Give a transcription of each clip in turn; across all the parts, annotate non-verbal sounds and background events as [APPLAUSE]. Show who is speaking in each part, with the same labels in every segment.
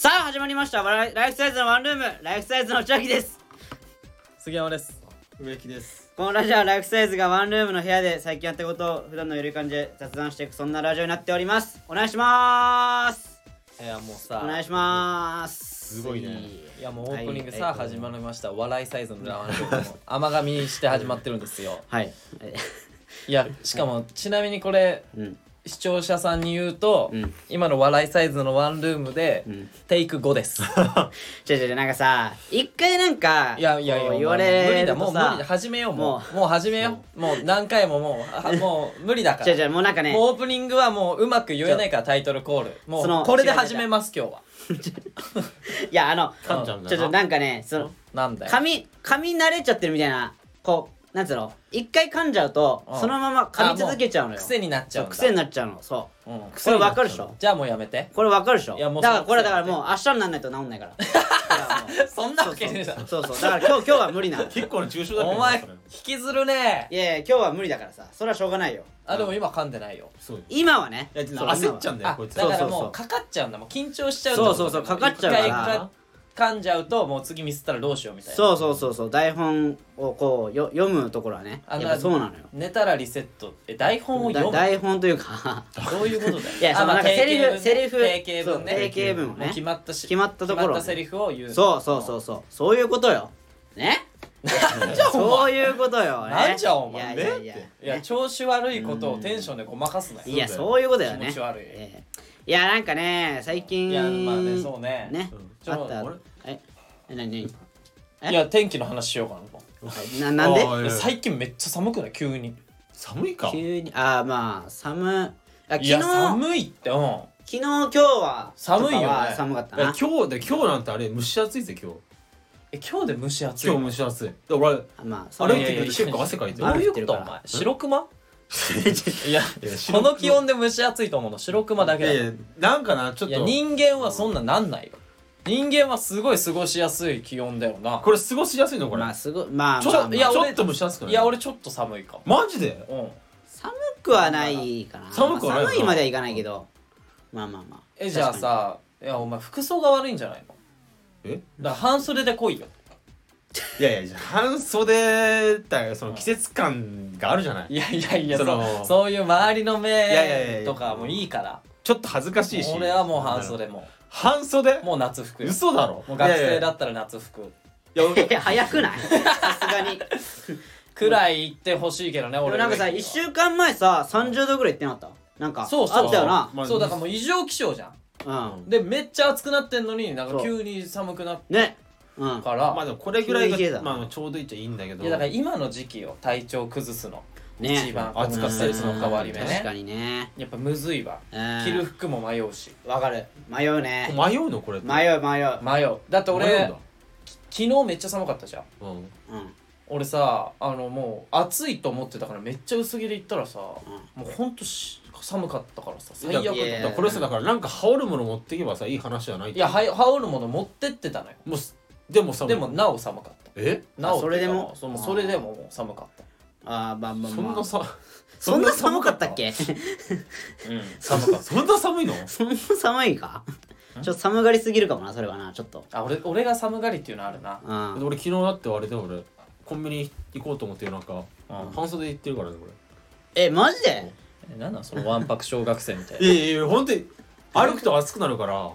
Speaker 1: 始まりましたライライフサイズのワンルームライフサイズの千秋です
Speaker 2: 杉山です。
Speaker 3: 植木です
Speaker 1: このラジオはライフサイズがワンルームの部屋で最近やったことを普段のゆるい感じで雑談していくそんなラジオになっておりますお願いします
Speaker 2: いやもう
Speaker 1: お
Speaker 2: さ、
Speaker 1: 願いします
Speaker 3: すごいね
Speaker 2: いやもうオープニングさ、
Speaker 1: はい
Speaker 2: 始まりました。笑いサイズのラウンドも甘噛みにして始まってるんですよ。
Speaker 1: はいえ
Speaker 2: いやしかもちなみにこれ
Speaker 1: うん
Speaker 2: 視聴者さんに言うと、
Speaker 1: うん
Speaker 2: 今の笑いサイズのワンルームで、
Speaker 1: うん
Speaker 2: テイク5です。
Speaker 1: [LAUGHS] 違う違うなんかさ一回なんか
Speaker 2: いやいやい
Speaker 1: こ
Speaker 2: や
Speaker 1: う言われ
Speaker 2: 無理
Speaker 1: る
Speaker 2: だ
Speaker 1: と
Speaker 2: もう無
Speaker 1: さ
Speaker 2: 理だ始めようも
Speaker 1: も
Speaker 2: うもう始めようもう何回ももう
Speaker 1: [LAUGHS]
Speaker 2: あもう無理だか
Speaker 1: 違
Speaker 2: ら
Speaker 1: う。違うもうなんかね
Speaker 2: もうオープニングはもううまく言えないからタイトルコールも
Speaker 1: その
Speaker 2: うこれで始めます今日はい
Speaker 1: やあの
Speaker 3: 噛んじゃうんだ
Speaker 1: ちょっと
Speaker 3: な
Speaker 1: なんかねその
Speaker 2: なんだよ
Speaker 1: 噛み慣れちゃってるみたいなこうなんつうの一回噛んじゃうと
Speaker 2: うん
Speaker 1: そのまま噛み続けちゃうのよ
Speaker 2: あも癖になっち
Speaker 1: そ
Speaker 2: ゃう
Speaker 1: うん
Speaker 2: だ
Speaker 1: 癖になっちゃうのそ
Speaker 2: うん
Speaker 1: うこれわかるでしょ
Speaker 2: じゃあもうやめて
Speaker 1: これわかるでしょ
Speaker 2: いやもう
Speaker 1: だから
Speaker 2: その
Speaker 1: これはだからもう明日になんないと治んないからだからもう
Speaker 2: そんなわけねえだろ
Speaker 1: そうそうだ
Speaker 2: [LAUGHS]
Speaker 1: から今日今日は無理なのい
Speaker 3: 結構な重症だけど
Speaker 2: お
Speaker 3: ね
Speaker 2: 前
Speaker 3: それ
Speaker 2: 引きずるね
Speaker 1: やいや今日は無理だからさそれはしょうがないよ
Speaker 2: あでも今噛んでないよ
Speaker 3: そう
Speaker 1: 今はね
Speaker 3: いやちょっと
Speaker 1: そう今
Speaker 3: 焦
Speaker 1: は
Speaker 3: っちゃうんだよ
Speaker 2: あ
Speaker 3: こいつ
Speaker 2: だから
Speaker 1: そうそう
Speaker 2: も
Speaker 1: そう
Speaker 2: うかかっちゃうんだもう緊張しちゃう
Speaker 1: そうそうそうかかっちゃうから
Speaker 2: 一回噛んじゃうともう次ミスったらどうしようみたいな
Speaker 1: そうそうそうそう台本をこうよ読むところはね
Speaker 2: あ
Speaker 1: やっ
Speaker 2: の
Speaker 1: ぱそうなのよ
Speaker 2: 寝たらリセットえ台本を読
Speaker 1: だ
Speaker 2: む
Speaker 1: 台本という
Speaker 2: [LAUGHS]
Speaker 1: か
Speaker 2: どういうことだよ
Speaker 1: いやそのなんかセリフセリフ
Speaker 2: 定型文ね
Speaker 1: そう定型文をね
Speaker 2: もう決まったし
Speaker 1: 決まったところをね
Speaker 2: 決まったセリフを言う
Speaker 1: そうそうそうそうそういうことよねそういうことよね
Speaker 2: なんじゃお
Speaker 1: いや
Speaker 2: 前
Speaker 1: いやいや
Speaker 2: いや調子悪いことをテンションでごまかすなよ
Speaker 1: いや
Speaker 3: そうだよ
Speaker 1: そういうことだよね
Speaker 2: 気持ち悪い
Speaker 1: ええいやなんかね最近
Speaker 2: いやまあねそうね
Speaker 1: ね
Speaker 3: うん
Speaker 2: ちょ
Speaker 1: あ
Speaker 2: っと
Speaker 1: った
Speaker 3: あれ
Speaker 1: ええ何え
Speaker 2: いや天気の話しようかなも
Speaker 1: 何 [LAUGHS] ななんで
Speaker 3: あ
Speaker 2: うい
Speaker 3: ーい
Speaker 2: や
Speaker 3: や
Speaker 2: 最近めっちゃ寒くない急に
Speaker 3: 寒いか
Speaker 1: 急にあーまあ寒あ昨
Speaker 2: い
Speaker 1: 日
Speaker 2: や
Speaker 1: 昨
Speaker 2: 寒いってうん
Speaker 1: 日今日は
Speaker 2: 寒いよね
Speaker 1: とかは寒かった
Speaker 3: いや
Speaker 1: な
Speaker 3: 今日で今日なんてあれ蒸し暑いぜ今
Speaker 2: え今日で蒸し暑
Speaker 3: 日
Speaker 2: い
Speaker 3: 今日蒸し暑いだから俺
Speaker 1: まあ
Speaker 3: あ
Speaker 1: 寒い
Speaker 3: れっ
Speaker 2: いや
Speaker 3: て
Speaker 2: いや
Speaker 3: 結構汗かいて
Speaker 2: ど
Speaker 3: る
Speaker 2: ういう
Speaker 1: 歩
Speaker 2: こ
Speaker 1: いてる
Speaker 2: と
Speaker 1: から
Speaker 2: お前白熊いや
Speaker 3: いや白
Speaker 2: この気温で蒸し暑いと思うの白熊だ
Speaker 3: い
Speaker 2: けだ
Speaker 3: や
Speaker 2: い
Speaker 3: いやなんかなちょっ
Speaker 2: や
Speaker 3: と
Speaker 2: 人間はそんななんないよ人間はすごい過ごしやすい気温だよな
Speaker 3: これ過ごしやすいのこれ
Speaker 1: まあすごいまあ
Speaker 3: ちょ
Speaker 1: まあ
Speaker 3: っ
Speaker 1: ま
Speaker 3: と
Speaker 1: あ
Speaker 2: いや
Speaker 3: ちょ
Speaker 2: 俺
Speaker 3: っと蒸し暑くない
Speaker 2: いや俺ちょっと寒いかも
Speaker 3: マジで
Speaker 2: うん
Speaker 1: 寒くはないかな
Speaker 3: 寒くはない
Speaker 1: まあ寒いまではいかないけどまあまあまあ
Speaker 2: えじゃあさいやお前服装が悪いんじゃないの
Speaker 3: え
Speaker 2: だから半袖で来いよ
Speaker 3: いやいや半袖だよその季節感があるじゃない
Speaker 2: いやいやいやそ
Speaker 3: その
Speaker 2: うそういう周りの
Speaker 3: いやいやいや
Speaker 2: 目
Speaker 3: いや
Speaker 2: とかもいいから
Speaker 3: ちょっと恥ずかしいし
Speaker 2: 俺はもう半袖も
Speaker 3: 半袖
Speaker 2: うもう夏服よ
Speaker 3: 嘘だろ
Speaker 2: もう学生だ
Speaker 3: っ
Speaker 2: ったら夏服
Speaker 3: いやいやいや
Speaker 1: いや [LAUGHS] 早くないさすがに
Speaker 2: くらい行ってほしいけどね
Speaker 1: 俺
Speaker 2: 俺
Speaker 1: なんかさ1週間前さ30度ぐらいいってなかったなんか
Speaker 2: そうそう
Speaker 1: あったよな
Speaker 3: まあ
Speaker 2: そうだからもう異常気象じゃん
Speaker 1: うん
Speaker 2: でめっちゃ暑くなってんのになん
Speaker 1: そ
Speaker 2: か
Speaker 1: う
Speaker 2: 急に寒くなっ
Speaker 1: ねうん
Speaker 2: か [LAUGHS]
Speaker 3: まあ
Speaker 2: ら
Speaker 3: でもこれぐらい
Speaker 1: 急に冷えた
Speaker 3: がまあちょうどいいっちゃいいんだけど
Speaker 2: いやだから今の時期を体調崩すの
Speaker 1: ね
Speaker 2: 一番
Speaker 3: 暑
Speaker 2: か
Speaker 3: かった
Speaker 2: 季
Speaker 3: り
Speaker 2: 節の変わり目
Speaker 1: 確か
Speaker 2: ね
Speaker 1: にね
Speaker 2: やっぱむずいわ
Speaker 1: うん
Speaker 2: 着る服も迷うし
Speaker 1: わかる迷うね
Speaker 3: 迷うのこれって
Speaker 1: 迷う迷う
Speaker 2: 迷うだって
Speaker 3: 迷うん
Speaker 2: 俺
Speaker 3: だ
Speaker 2: 昨日めっちゃ寒かったじゃん
Speaker 3: うん
Speaker 1: うん
Speaker 2: 俺さあのもう暑いと思ってたからめっちゃ薄着で行ったらさ、
Speaker 1: う
Speaker 2: もうほんとし寒かったからさ最悪だ
Speaker 3: いや
Speaker 2: っ
Speaker 1: いや
Speaker 2: た
Speaker 3: だからこれさだからなんか羽織るもの持ってけばさいい話じゃない
Speaker 2: いやは羽織るもの持ってってたのよ
Speaker 3: もうすでもさ
Speaker 2: でもなお寒かった
Speaker 3: え
Speaker 2: なお
Speaker 1: それでも
Speaker 2: っていうかそのそれでももう寒かっ
Speaker 1: あーまあまあ
Speaker 3: そん
Speaker 1: ま
Speaker 3: な
Speaker 1: あ
Speaker 3: さ [LAUGHS]
Speaker 1: そんな寒かったっけ
Speaker 2: たうん
Speaker 3: 寒かったそんな寒いの
Speaker 1: [LAUGHS] そんな寒いかちょっと寒がりすぎるかもなそれはなちょっと
Speaker 2: あ俺俺が寒がりっていうのあるな
Speaker 1: うん
Speaker 3: 俺昨日だってあれで俺コンビニ行こうと思って夜中
Speaker 2: うん
Speaker 3: 半袖で行ってるからねこ
Speaker 1: えマジで
Speaker 2: えなんなんそのわんぱく小学生みたい
Speaker 3: れいやいやいや本当に歩くと暑くなるから
Speaker 2: な、うん、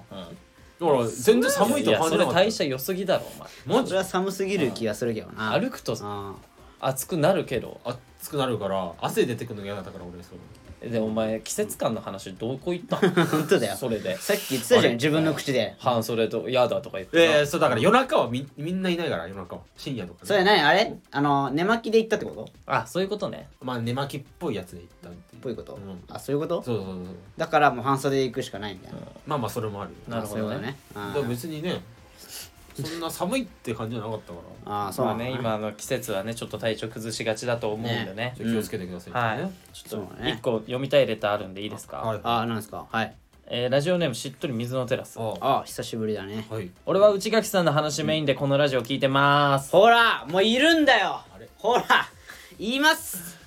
Speaker 3: だから全然寒いと
Speaker 2: い
Speaker 3: は
Speaker 2: や
Speaker 3: 感
Speaker 2: そ
Speaker 3: じ
Speaker 2: れ
Speaker 3: なかっ
Speaker 2: 代謝良すぎだろお前
Speaker 3: たマ
Speaker 1: そ
Speaker 3: ジ
Speaker 1: れは寒すぎる気がするけどな
Speaker 2: 歩くと
Speaker 1: うん
Speaker 2: 暑くなるけど
Speaker 3: 暑くなるから汗出てくるのが嫌だったから俺そう
Speaker 2: えでお前季節感の話どこ行ったの
Speaker 1: 本当だよ
Speaker 2: それで
Speaker 1: さっき言ってたじゃん自分の口で
Speaker 2: 半袖と嫌だとか言ってな
Speaker 3: ええそうだから夜中はみみんないないから夜中は深夜とかね
Speaker 1: それ何あれあの寝巻きで行ったってこと
Speaker 2: あそういうことね
Speaker 3: まあ寝巻きっぽいやつで行ったってい
Speaker 1: っ
Speaker 3: う
Speaker 1: ぽいこと、
Speaker 3: うん
Speaker 1: あそういうこと
Speaker 3: そうそうそうそう
Speaker 1: だからもう半袖で行くしかないみたいな、
Speaker 3: まあまあそれもあるよ
Speaker 2: なるほど
Speaker 1: そ
Speaker 2: ね
Speaker 1: ういうこと
Speaker 3: だ
Speaker 1: ね
Speaker 3: か
Speaker 1: う
Speaker 3: ら
Speaker 1: ん
Speaker 3: 別にねそんな寒いって感じじゃなかったか
Speaker 1: ああそう
Speaker 2: まあ
Speaker 1: だね
Speaker 2: ね今の季節はねちょっと体調崩しがちだと思うんでね
Speaker 3: らじゃあ気をつけてください、
Speaker 2: はい
Speaker 3: ね
Speaker 2: ちょっ
Speaker 1: そう
Speaker 2: と
Speaker 1: ね
Speaker 2: 一個読みたいレターあるんでいいですか、
Speaker 3: はい
Speaker 1: ああなんですかはい
Speaker 2: えーラジオネームしっとり水のテラス
Speaker 3: あ
Speaker 1: ああ久しぶりだね
Speaker 3: はい
Speaker 2: 俺は内垣さんの話メインでこのラジオ聞いてます、
Speaker 1: ほらもういるんだよ
Speaker 3: あれ
Speaker 1: ほら言います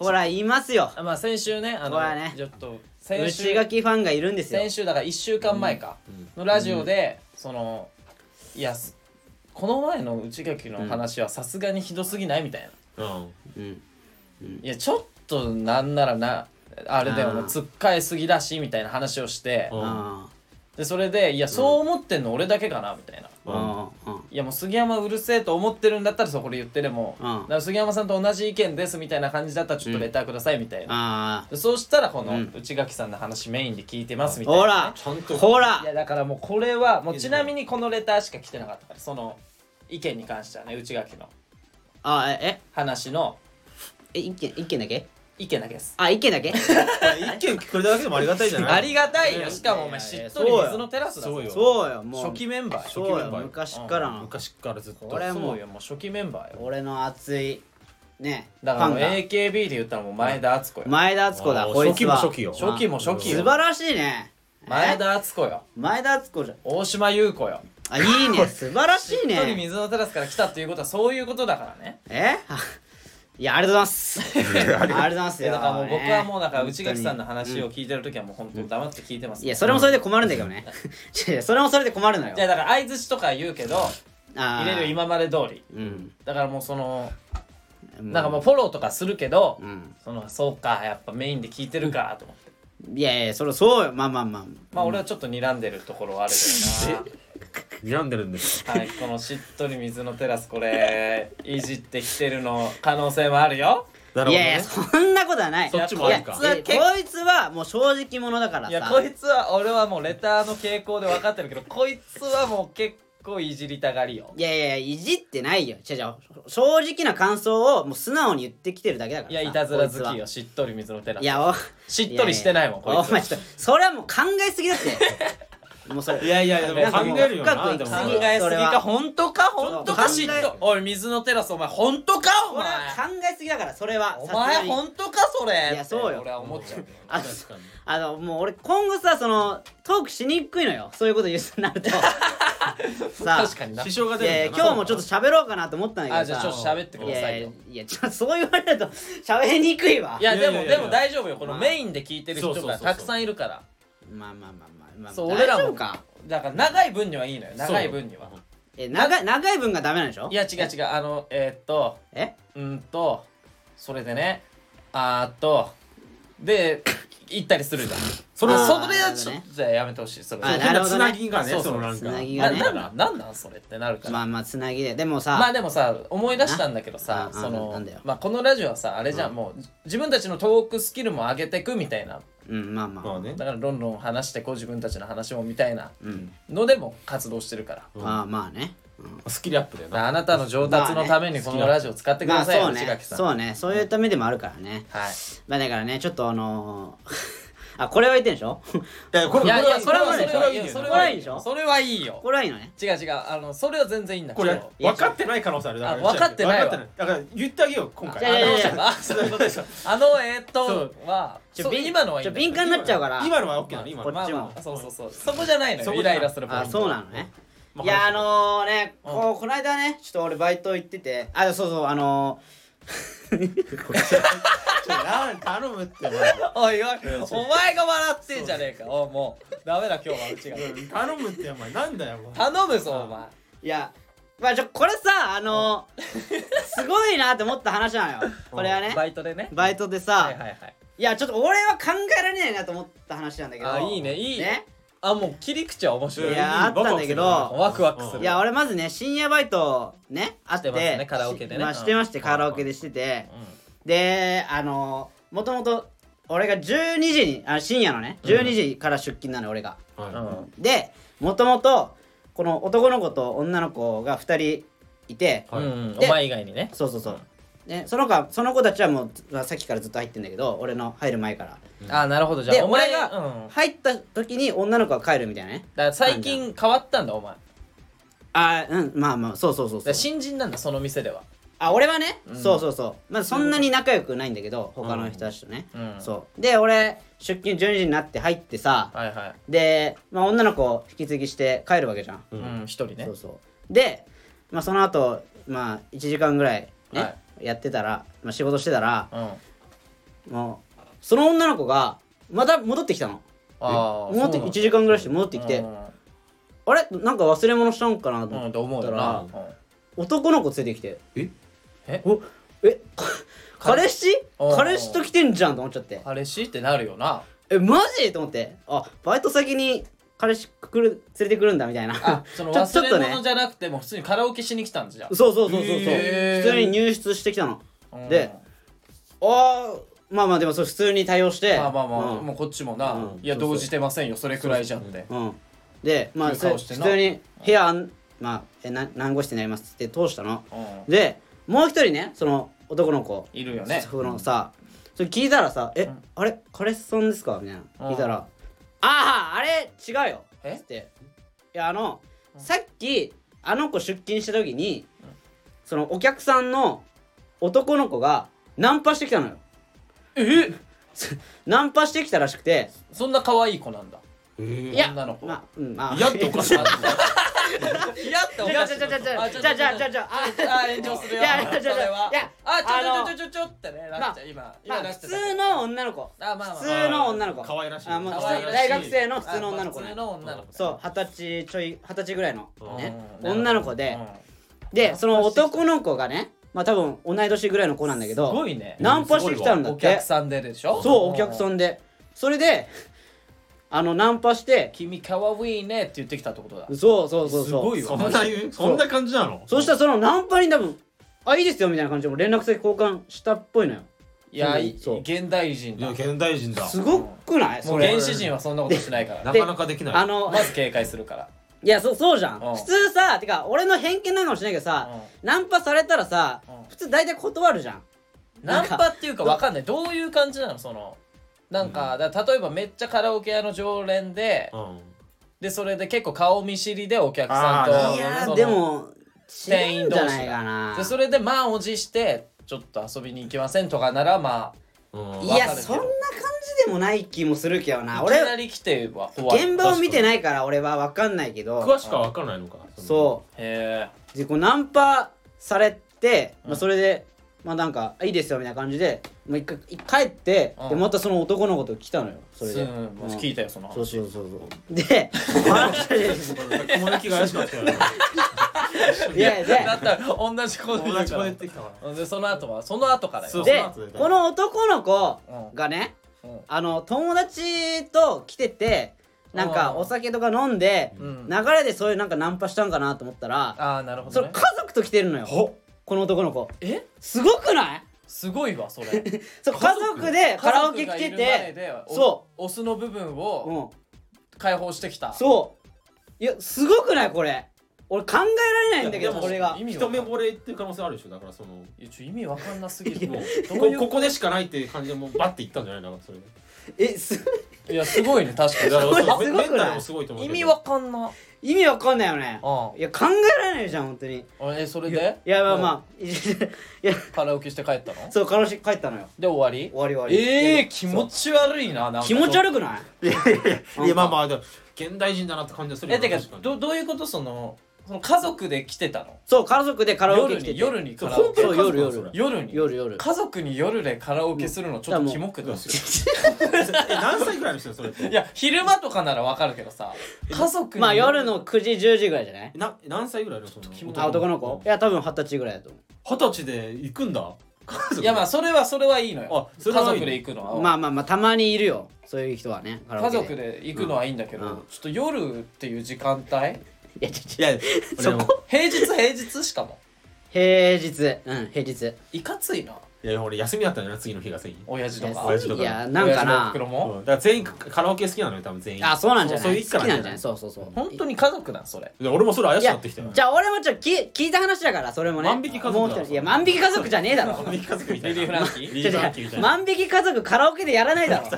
Speaker 1: ほほら言いますよ
Speaker 2: あまあ先週ねあ
Speaker 1: ほ
Speaker 2: の
Speaker 1: らね
Speaker 2: ちょっと先週
Speaker 1: 内書きファンがいるんですよ
Speaker 2: 先週だから1週間前か
Speaker 3: うん
Speaker 2: のラジオで、そのいやすこの前の内垣の話はさすがにひどすぎないみたいな、
Speaker 3: うん
Speaker 1: うん
Speaker 2: いやちょっとなんならなあれだよ
Speaker 1: あ
Speaker 2: な
Speaker 1: ー
Speaker 2: つっかえすぎだしみたいな話をして
Speaker 3: うん
Speaker 1: あ
Speaker 2: でそれでいやそう思ってんの俺だけかなみたいな。
Speaker 1: ああああ
Speaker 2: いやもう杉山うるせえと思ってるんだったらそこで言ってでも、
Speaker 1: うん
Speaker 2: だから杉山さんと同じ意見ですみたいな感じだったらちょっとレターくださいみたいな、
Speaker 1: あ
Speaker 2: でそうしたらこ
Speaker 1: う
Speaker 2: の
Speaker 1: ん
Speaker 2: 内垣さんの話メインで聞いてますみ
Speaker 1: あ
Speaker 2: たいな、
Speaker 1: ほら
Speaker 3: ちゃんと
Speaker 1: ほら
Speaker 2: いやだからもうこれはもうちなみにこのレターしか来てなかったからその意見に関してはね内垣の
Speaker 1: あえ
Speaker 2: 話の
Speaker 1: ええ一件一件だけ
Speaker 2: 意見だけです
Speaker 1: あ一件だけ
Speaker 2: [LAUGHS]
Speaker 3: [LAUGHS] 一見聞くれただけでもありがたいじゃない
Speaker 2: ありがたいよしかもお前しっとり水のテラスだぞ
Speaker 3: そうよ
Speaker 1: そうよもう
Speaker 2: 初期メンバー
Speaker 3: 初期
Speaker 2: よ
Speaker 3: メ
Speaker 1: そう
Speaker 3: ン
Speaker 1: よ
Speaker 3: バー
Speaker 1: 昔からの
Speaker 3: 昔からずっと
Speaker 2: これはも
Speaker 1: そう
Speaker 2: うよもう初期メンバーよ
Speaker 1: 俺の熱いね
Speaker 2: だからも
Speaker 1: フ
Speaker 2: う
Speaker 1: ァン
Speaker 2: AKB で言ったらもう前田敦子よ
Speaker 1: が前田敦子だ
Speaker 3: あー
Speaker 1: こいつは
Speaker 3: 初期も初期よ
Speaker 2: 初期も初期
Speaker 1: 素
Speaker 2: よ
Speaker 1: 晴らしいね
Speaker 2: 前
Speaker 1: え
Speaker 2: 田敦子よ
Speaker 1: 前田敦子じゃん
Speaker 2: 大島優子よ
Speaker 1: あいい
Speaker 2: [LAUGHS]
Speaker 1: ね素晴らしい
Speaker 2: 一人
Speaker 1: ね
Speaker 2: 水のテラスから来たっていうことはそういうことだからね
Speaker 1: えあいやありがとうございます
Speaker 2: [LAUGHS]
Speaker 1: ありがとうございます
Speaker 2: いや
Speaker 1: よ
Speaker 2: だからもう僕はもうだから
Speaker 1: ね
Speaker 2: 内垣さんの話を聞いてる時はもう本当黙って聞いてます
Speaker 1: いやそれもそれで困るんだけどね [LAUGHS] いやそれもそれで困るのよ
Speaker 2: いやだから相槌とか言うけど
Speaker 1: あー
Speaker 2: 入れる今まで通り
Speaker 1: うん
Speaker 2: だからもうその
Speaker 1: な
Speaker 2: なんかもうフォローとかするけど、
Speaker 1: うん
Speaker 2: そのそうかやっぱメインで聞いてるかと思って
Speaker 1: いやいやそれそうよまあまあま
Speaker 2: まあ俺はちょっと睨んでるところはあるけどな
Speaker 3: 睨んでるんです
Speaker 2: はい、このしっとり水のテラスこれいじってきてるの可能性もあるよ
Speaker 3: な
Speaker 1: あ
Speaker 3: る
Speaker 1: い
Speaker 3: ほど
Speaker 1: やいや
Speaker 3: ね
Speaker 1: そんなことはない
Speaker 3: そっちもあるか
Speaker 1: いやいやこいつはもう正直者だから
Speaker 2: い
Speaker 1: さ
Speaker 2: やこいつは俺はもうレターの傾向で分かってるけどこいつはもう結構いじりたがりよ
Speaker 1: いやいやいじってないよ違う違う正直な感想をもう素直に言ってきてるだけだから
Speaker 2: い
Speaker 1: さ
Speaker 2: やいたずら好
Speaker 1: こ
Speaker 2: き
Speaker 1: い
Speaker 2: よしっとり水のテラ
Speaker 1: つは
Speaker 2: ス
Speaker 1: いやお
Speaker 2: しっとりしてないもん
Speaker 1: やや
Speaker 2: こいつ
Speaker 1: お前ちょっとそれはもう考えすぎだって
Speaker 2: [LAUGHS]
Speaker 1: もうそれ
Speaker 3: いやいやでも考えるよ [LAUGHS] なでも
Speaker 2: 考
Speaker 1: 深く
Speaker 2: えすぎ
Speaker 1: それ
Speaker 2: か
Speaker 1: は
Speaker 2: 本当か本当か
Speaker 1: ち
Speaker 2: しっ
Speaker 1: ょっと
Speaker 2: とおい水のテラスお前本当かお
Speaker 1: 俺
Speaker 2: 前
Speaker 1: は考えすぎだからそれは
Speaker 2: お
Speaker 1: さすが
Speaker 2: 前
Speaker 1: に
Speaker 2: 本当かそれ
Speaker 1: いやそうよ
Speaker 2: って俺は思っちゃうけど
Speaker 1: あ
Speaker 3: 確かに
Speaker 1: あのもう俺今後さそのトークしにくいのよそういうこと言うとなる
Speaker 2: [LAUGHS]
Speaker 1: とさ
Speaker 2: 確かにな
Speaker 3: 支障が出るんだ
Speaker 1: え
Speaker 3: な
Speaker 1: ー今日もちょっと喋ろうかなと思ったんだけどさ
Speaker 2: あじゃあちょっと喋ってく
Speaker 1: い
Speaker 2: ださ
Speaker 1: や
Speaker 2: い
Speaker 1: いや
Speaker 2: よ
Speaker 1: いやちょっとそう言われると喋りにくいわ
Speaker 2: いやで
Speaker 3: いや
Speaker 2: も
Speaker 3: いやいや
Speaker 2: でも大丈夫よこのメインで聞いてる人
Speaker 3: そうそう
Speaker 2: が
Speaker 3: そうそう
Speaker 2: たくさんいるから
Speaker 1: まあまあまあまあまあ
Speaker 2: そう
Speaker 1: 大
Speaker 2: 俺ら
Speaker 1: 丈
Speaker 2: も
Speaker 1: 夫か
Speaker 2: だから長い分にはいいのよ長い分には
Speaker 3: そう
Speaker 1: え長い長い分がダメなんでしょ
Speaker 2: いや違う違うあのえーっと
Speaker 1: え
Speaker 2: うーんとそれでねあーっとで行ったりするじゃんそれ
Speaker 1: あー
Speaker 2: それはちょ
Speaker 1: なる
Speaker 2: っ
Speaker 1: ほ
Speaker 2: とじゃあやめてほしいそれ
Speaker 1: あ
Speaker 2: それ
Speaker 1: なるほどね
Speaker 3: 変つなぎがね
Speaker 2: そう
Speaker 3: そ
Speaker 2: そう
Speaker 3: のなんか
Speaker 1: つなぎ
Speaker 2: な
Speaker 1: が
Speaker 2: な
Speaker 1: ね
Speaker 2: んなんなんなんそれってなるから、
Speaker 1: まあまあつなぎででもさ、
Speaker 2: まあでもさ思い出したんだけどさ
Speaker 1: ああ
Speaker 2: その
Speaker 1: なんだよ
Speaker 2: まあ、このラジオはさあれじゃん、もう自分たちのトークスキルも上げてくみたいな
Speaker 1: うんまあまあ
Speaker 3: まあね
Speaker 2: だからどんどん話してこう自分たちの話もみたいな
Speaker 1: うん
Speaker 2: のでも活動してるから。
Speaker 1: まあまあね、うん
Speaker 3: スキルアップだよ
Speaker 2: だか
Speaker 3: な
Speaker 2: らあなたの上達のためにこのラジオ使ってく
Speaker 1: ま
Speaker 2: だ
Speaker 1: あ
Speaker 2: さいよ、
Speaker 1: そう
Speaker 2: 内
Speaker 1: ね
Speaker 2: 垣さん。
Speaker 1: そうねそういうためでもあるからね、
Speaker 2: はい。
Speaker 1: まあだからねちょっとあのー [LAUGHS] あこれは言ってんでしょ [LAUGHS]
Speaker 3: いやこ
Speaker 2: いやいや、それは
Speaker 1: これは
Speaker 2: それはい
Speaker 1: いよ
Speaker 2: いよ。
Speaker 1: ね
Speaker 2: それは
Speaker 1: これは
Speaker 2: いい
Speaker 1: いいでしょ
Speaker 2: よ。それはいいよ。
Speaker 1: これはいいのね
Speaker 2: 違う違う、あの、それは全然いいんだけ
Speaker 3: こ
Speaker 2: ど。
Speaker 3: れ分かってない可能性あるだから
Speaker 2: あ分かってないわ
Speaker 3: 分かってだから言ってあげよう今
Speaker 1: いやい
Speaker 3: 回
Speaker 1: やいや
Speaker 2: あそういうことでしょあの、えーっと、は、
Speaker 1: ちょ
Speaker 2: そう
Speaker 1: 敏
Speaker 2: 今のはいい
Speaker 1: ち
Speaker 2: ん
Speaker 1: ょ
Speaker 2: だけど
Speaker 1: 敏感になっちゃうから
Speaker 3: 今のは OK なの今
Speaker 1: こ
Speaker 3: の
Speaker 1: っちも
Speaker 2: まあまあそうそうそう。そこじゃないの
Speaker 3: そ
Speaker 2: よ。
Speaker 3: こ
Speaker 2: イ
Speaker 3: じ
Speaker 2: ラ
Speaker 3: ゃない
Speaker 2: イラするポイント
Speaker 1: あそうなのね
Speaker 3: まあ
Speaker 1: いやあのー、ね
Speaker 2: うん
Speaker 1: こうこの間ねちょっと俺バイト行っててあそうそうあの
Speaker 3: ちょラーメン頼むってお前
Speaker 2: おいおい、お前が笑ってんじゃねえか。おいもう、ダメだ、今日はうちが。
Speaker 3: 頼むってお前なんだよお前
Speaker 2: 頼むぞ、お前。
Speaker 1: ー、いやまあちょこれさあのー、すごいなって思った話
Speaker 2: [LAUGHS]
Speaker 1: なのよこれはね
Speaker 2: バイトでね。
Speaker 1: バイトで
Speaker 2: は
Speaker 1: さ
Speaker 2: いはいはい。
Speaker 1: いやちょっと俺は考えられないなと思った話なんだけど
Speaker 2: あ、いいね、いい。
Speaker 1: ね
Speaker 2: あ、もう切り口は面
Speaker 1: い
Speaker 2: 白い。
Speaker 1: やあったんだけど
Speaker 2: ワクワクする
Speaker 1: いや俺まずね深夜バイトねあっ
Speaker 2: して
Speaker 1: て
Speaker 2: ますねカラオケでね
Speaker 1: まあ、してまして
Speaker 2: うん
Speaker 1: カラオケでしてて
Speaker 2: うん
Speaker 1: であのもともと俺が12時にあ深夜のね12時から出勤なのよ俺が
Speaker 2: うん
Speaker 1: でもともとこの男の子と女の子が2人いて
Speaker 3: はい
Speaker 2: うん
Speaker 1: で
Speaker 2: お前以外にね
Speaker 1: そうそうそうね、その子その子たちはもうさっきからずっと入ってんだけど俺の入る前から
Speaker 2: ああなるほどじゃ
Speaker 1: で
Speaker 2: あお前
Speaker 1: 俺
Speaker 2: が
Speaker 1: が
Speaker 2: うんだか
Speaker 1: 入った時に女の子が帰るみたいなね
Speaker 2: ら最近変わったんだお前だか
Speaker 1: あーうんまあまあそうそうそうそ
Speaker 2: ら
Speaker 1: う
Speaker 2: 新人なんだその店では
Speaker 1: あ俺はね、
Speaker 2: うん
Speaker 1: そうそうそうまあそんなに仲良くないんだけど他の人たちとね、
Speaker 2: うん
Speaker 1: そうで俺出勤12時になって入ってさ
Speaker 2: はいはい
Speaker 1: で、まあ、女の子を引き継ぎして帰るわけじゃん、
Speaker 2: う
Speaker 3: う
Speaker 2: んん一人ね
Speaker 1: そうそうで、まあ、その後まあ1時間ぐらいね、
Speaker 2: は
Speaker 1: やってたら、まあ、仕事してたら
Speaker 2: うん
Speaker 1: もうその女の子がまた戻ってきたの
Speaker 2: あ
Speaker 1: 戻って1時間ぐらいして戻ってきてあれなんか忘れ物したんかなと
Speaker 2: う
Speaker 1: 思
Speaker 2: ん
Speaker 1: っ
Speaker 2: う
Speaker 1: て
Speaker 2: んって思うよなうん
Speaker 1: 男の子連れてきて
Speaker 3: え
Speaker 1: おえか
Speaker 2: [LAUGHS] 彼
Speaker 1: 彼氏
Speaker 2: あー
Speaker 1: 彼氏と来てんじゃんと思っちゃって
Speaker 2: 彼氏ってなるよな
Speaker 1: えマジと思ってあバイト先に彼氏来る連れてくるんだみたいな
Speaker 2: あその
Speaker 1: [LAUGHS] ちょちょ
Speaker 2: 忘
Speaker 1: っとね
Speaker 2: れ物じゃなくてもう普通にカラオケしに来たんじゃん
Speaker 1: そうそうそうそうそう、
Speaker 2: へー
Speaker 1: 普通に入室してきたの
Speaker 2: うん
Speaker 1: であーまあまあでもそれ普通に対応して
Speaker 2: まあまあまあ、
Speaker 1: うん
Speaker 2: もうこっちもな、
Speaker 1: うん
Speaker 2: いや
Speaker 1: そうそう
Speaker 2: 動じてませんよそれくらいじゃんって
Speaker 1: うんでまあ
Speaker 2: そういう
Speaker 1: 普
Speaker 2: 顔して
Speaker 1: 通
Speaker 2: ん
Speaker 1: 普
Speaker 2: な
Speaker 1: 通に部屋あんまあえな何号室になりますって通したの
Speaker 2: うん
Speaker 1: でもう一人ねその男の子
Speaker 2: いるよね
Speaker 1: そのさそれ聞いたらさ「え、
Speaker 2: うん
Speaker 1: あれ彼氏さんですか?」みたいな
Speaker 2: うん
Speaker 1: 聞いたら「あああれ違うよ」
Speaker 2: え
Speaker 1: つって「いやあの
Speaker 2: うん
Speaker 1: さっきあの子出勤した時にそのお客さんの男の子がナンパしてきたのよ
Speaker 2: え
Speaker 1: ナンパしてきたらしくて
Speaker 2: そんな可愛い子なんだ
Speaker 1: いや
Speaker 2: 女の子
Speaker 1: まあうんまあ
Speaker 3: やっとおかしい
Speaker 2: いやってお
Speaker 1: じゃ
Speaker 2: か
Speaker 1: あ
Speaker 2: し
Speaker 1: じ
Speaker 2: い
Speaker 1: ゃあじゃあじゃあ
Speaker 2: あ
Speaker 1: じゃあじゃあじゃあじゃあ
Speaker 2: あ炎上するよ
Speaker 1: いやいや
Speaker 2: それはい
Speaker 1: や
Speaker 2: あ
Speaker 1: あ
Speaker 2: ち
Speaker 1: の
Speaker 2: ょちょちょちょちょってねなっちゃう今
Speaker 1: ま
Speaker 2: 今
Speaker 1: あ
Speaker 2: なっ
Speaker 1: 普
Speaker 2: ちゃった
Speaker 1: 通の女の子
Speaker 2: あまあまあ
Speaker 1: 普通の女の子
Speaker 3: 可愛らしい
Speaker 1: あもう
Speaker 2: 可愛らしい
Speaker 1: 大学生の普通の女の子
Speaker 2: あまあ
Speaker 1: ね
Speaker 2: 普通の女の子
Speaker 1: そう二十歳ちょい二十歳ぐらいのね
Speaker 2: うん
Speaker 1: 女の子で
Speaker 2: うん
Speaker 1: でその男の子がねまあ多分同い年ぐらいの子なんだけ
Speaker 2: す
Speaker 1: ど
Speaker 2: ごいね
Speaker 1: ナンパしてきたんだっ
Speaker 2: お
Speaker 1: て
Speaker 2: 客さんででしょ
Speaker 1: そうお客さ
Speaker 2: ん
Speaker 1: んでそれであのナンパして
Speaker 2: 君可愛いねって言ってきたってことだ
Speaker 1: そうそうそう
Speaker 2: す
Speaker 1: そ
Speaker 2: ごいうよ
Speaker 3: そんな言うそんな感じなの
Speaker 1: そしたらそのナンパに多分あいいですよみたいな感じでもう連絡先交換したっぽいのよ
Speaker 2: いやい
Speaker 1: そう
Speaker 2: 現代人
Speaker 3: い
Speaker 2: だ
Speaker 3: や
Speaker 2: も
Speaker 3: 現代人だ
Speaker 1: すごくないうそれ
Speaker 2: 原始人はそんなことしないから
Speaker 3: なかなかできない
Speaker 1: あの
Speaker 2: まず警戒するから
Speaker 1: いやそそうじゃん
Speaker 2: うん
Speaker 1: 普通さてか俺の偏見なのかもしれないけどさナンパされたらさ
Speaker 2: うん
Speaker 1: 普通大体断るじゃん
Speaker 2: ナンパっていうかわかんないどういう感じなのそのなんかだから例えばめっちゃカラオケ屋の常連で
Speaker 3: うん
Speaker 2: でそれで結構顔見知りでお客さん
Speaker 3: あーな
Speaker 1: いや
Speaker 2: とそ
Speaker 3: るほどね
Speaker 2: の
Speaker 1: ーでも
Speaker 2: 店
Speaker 1: 違う
Speaker 2: 員
Speaker 1: んじ
Speaker 2: 同
Speaker 1: ゃ
Speaker 2: 士
Speaker 1: ないかな
Speaker 2: でそれで満を持してちょっと遊びに行きませんとかならま
Speaker 3: うん
Speaker 1: い
Speaker 2: わか
Speaker 1: や
Speaker 2: るけど
Speaker 1: そんな感じでもない気もするけど
Speaker 2: あ
Speaker 1: ない
Speaker 2: き
Speaker 1: 俺
Speaker 2: なり来ては怖い
Speaker 1: 現場を見てないから俺は分かんないけど
Speaker 3: 詳しくは分からないのか
Speaker 1: そ
Speaker 2: へ
Speaker 1: うでこうナンパされて、
Speaker 2: うん
Speaker 1: まあ、それでまあなんかいいですよみたいな感じでもう一回一回帰って
Speaker 2: うん
Speaker 1: でまたその男の子と来たのよそ
Speaker 2: え
Speaker 1: れで、
Speaker 2: うん
Speaker 1: うん
Speaker 2: 聞いたよその話
Speaker 1: そうそうそうそう
Speaker 2: [LAUGHS]
Speaker 1: で話したり
Speaker 3: 雲行きが怪しかったよね
Speaker 1: いやい
Speaker 2: だ
Speaker 1: や
Speaker 2: ったら同じこと言う
Speaker 3: 同じ
Speaker 2: から
Speaker 3: 子でってきたから
Speaker 2: うんでその後はその後から
Speaker 3: そ
Speaker 2: よ
Speaker 3: う
Speaker 1: で
Speaker 3: 後で
Speaker 1: この男の子
Speaker 2: う
Speaker 1: がね
Speaker 2: んうん
Speaker 1: あの友達と来ててなんか
Speaker 2: うん
Speaker 1: お酒とか飲んで
Speaker 2: うん
Speaker 1: 流れでそういうなんかナンパしたんかなと思ったら
Speaker 2: ああなるほ
Speaker 1: そ
Speaker 2: ど
Speaker 1: れ
Speaker 2: ね
Speaker 1: 家族と来てるのよ
Speaker 3: ほ
Speaker 1: この男の子
Speaker 2: え
Speaker 1: すごくない
Speaker 2: すごいわそれ
Speaker 1: そう家族で [LAUGHS] カラオケ来ててそ
Speaker 2: そうオスの部分を
Speaker 1: うん
Speaker 2: 解放してきた
Speaker 1: そういやすごくないこれ俺考えられないんだけど
Speaker 3: いやでも
Speaker 1: これが
Speaker 2: 意味わ
Speaker 3: 一
Speaker 2: かん
Speaker 3: 目
Speaker 2: ない
Speaker 3: 惚れっていう可能性あるでしょだからその
Speaker 2: いやちょ意味わかんなすぎる
Speaker 3: も
Speaker 2: もう
Speaker 3: う
Speaker 2: どうい
Speaker 3: こ
Speaker 2: う
Speaker 3: ここでしかないっていう感じでもうバッていったんじゃないのそれで
Speaker 1: えす
Speaker 2: いやすごいね確かに
Speaker 3: だから
Speaker 1: それ
Speaker 3: メ
Speaker 1: す
Speaker 3: ン
Speaker 1: ごくない
Speaker 3: メンタルもすごいと思う
Speaker 2: 意
Speaker 3: けど
Speaker 2: 味わかんな
Speaker 1: 意味わかんないよね
Speaker 2: あ
Speaker 1: いや考えられないじゃん本当に
Speaker 2: あえそれで
Speaker 1: いやまあ
Speaker 2: も
Speaker 1: まあいや
Speaker 2: うカラオケして帰ったの
Speaker 1: そう彼女帰ったのよ
Speaker 2: で終わり
Speaker 1: 終わり終わり
Speaker 2: ええ
Speaker 1: そう
Speaker 2: 気持ち悪いななんか
Speaker 1: 気持ち悪くない
Speaker 3: いやいやいやいやまあま
Speaker 1: あ
Speaker 3: あでも現代人だなって感じがする
Speaker 2: え
Speaker 3: よ
Speaker 2: て
Speaker 3: ね
Speaker 2: か
Speaker 3: 確に
Speaker 2: どどういうことそのその家族で来てたの
Speaker 1: そう家族でカラオケ来てて
Speaker 2: 夜に夜に
Speaker 3: そう
Speaker 2: カラオケ
Speaker 1: そう
Speaker 3: 本当に
Speaker 1: 夜
Speaker 3: 家族なんですよ
Speaker 2: 夜に
Speaker 1: 夜夜
Speaker 2: 家族に夜でカラオケするのちょっとキモくない
Speaker 3: え何歳ぐらいの人よそれっ
Speaker 2: [LAUGHS]
Speaker 3: て
Speaker 2: いや昼間とかならわかるけどさ家族に
Speaker 1: まあ夜の9時10時ぐらいじゃない
Speaker 3: な何歳ぐらいのその
Speaker 2: キモい
Speaker 1: あ男の子いや多分二十歳ぐらいだと思
Speaker 3: 二十歳で行くんだ家族で
Speaker 2: いやまあそれはそれはいいのよ
Speaker 3: あそ
Speaker 2: 家
Speaker 3: れはいい
Speaker 2: 族で行くのは
Speaker 1: うまあまあまあたまにいるよそういう人はねカラ
Speaker 2: 家
Speaker 1: オケ
Speaker 2: 族で行くのはいいんだけど、
Speaker 1: うん
Speaker 2: ちょっと夜っていう時間帯
Speaker 1: いやちょちょ
Speaker 3: いや
Speaker 1: そ
Speaker 3: 俺も
Speaker 2: 平日平日しかも
Speaker 1: 平日うん平日
Speaker 2: いかついない
Speaker 3: や俺休みだったんだよな次の日が次
Speaker 2: 親父とか
Speaker 3: 親父とか
Speaker 1: いやなんか
Speaker 2: 親父のお
Speaker 1: な
Speaker 2: 袋
Speaker 3: うん
Speaker 2: も、
Speaker 3: だから全員カラオケ好きなのよ多分全員
Speaker 1: あそうなんじゃ
Speaker 3: そ
Speaker 1: な
Speaker 3: う
Speaker 1: い
Speaker 3: いう
Speaker 1: 好きなんじゃない
Speaker 3: そ
Speaker 1: そうそうそう
Speaker 2: 本当に家族なんそれ
Speaker 3: う俺もそれ怪
Speaker 1: い
Speaker 3: しくな
Speaker 1: や
Speaker 3: ってきたよ
Speaker 1: じゃあ俺もちょっとき聞いた話だからそれもね
Speaker 3: 万引き家族だ
Speaker 1: もう一人いや万引き家族じゃねえだろ
Speaker 3: リー家族みた
Speaker 2: リ
Speaker 3: [LAUGHS] いな
Speaker 2: リー・フランキー
Speaker 3: リ
Speaker 1: ちょ
Speaker 3: ー
Speaker 1: ちょ
Speaker 3: フランキーみたいな
Speaker 1: 万引き家族カラオケでやらないだろ
Speaker 3: い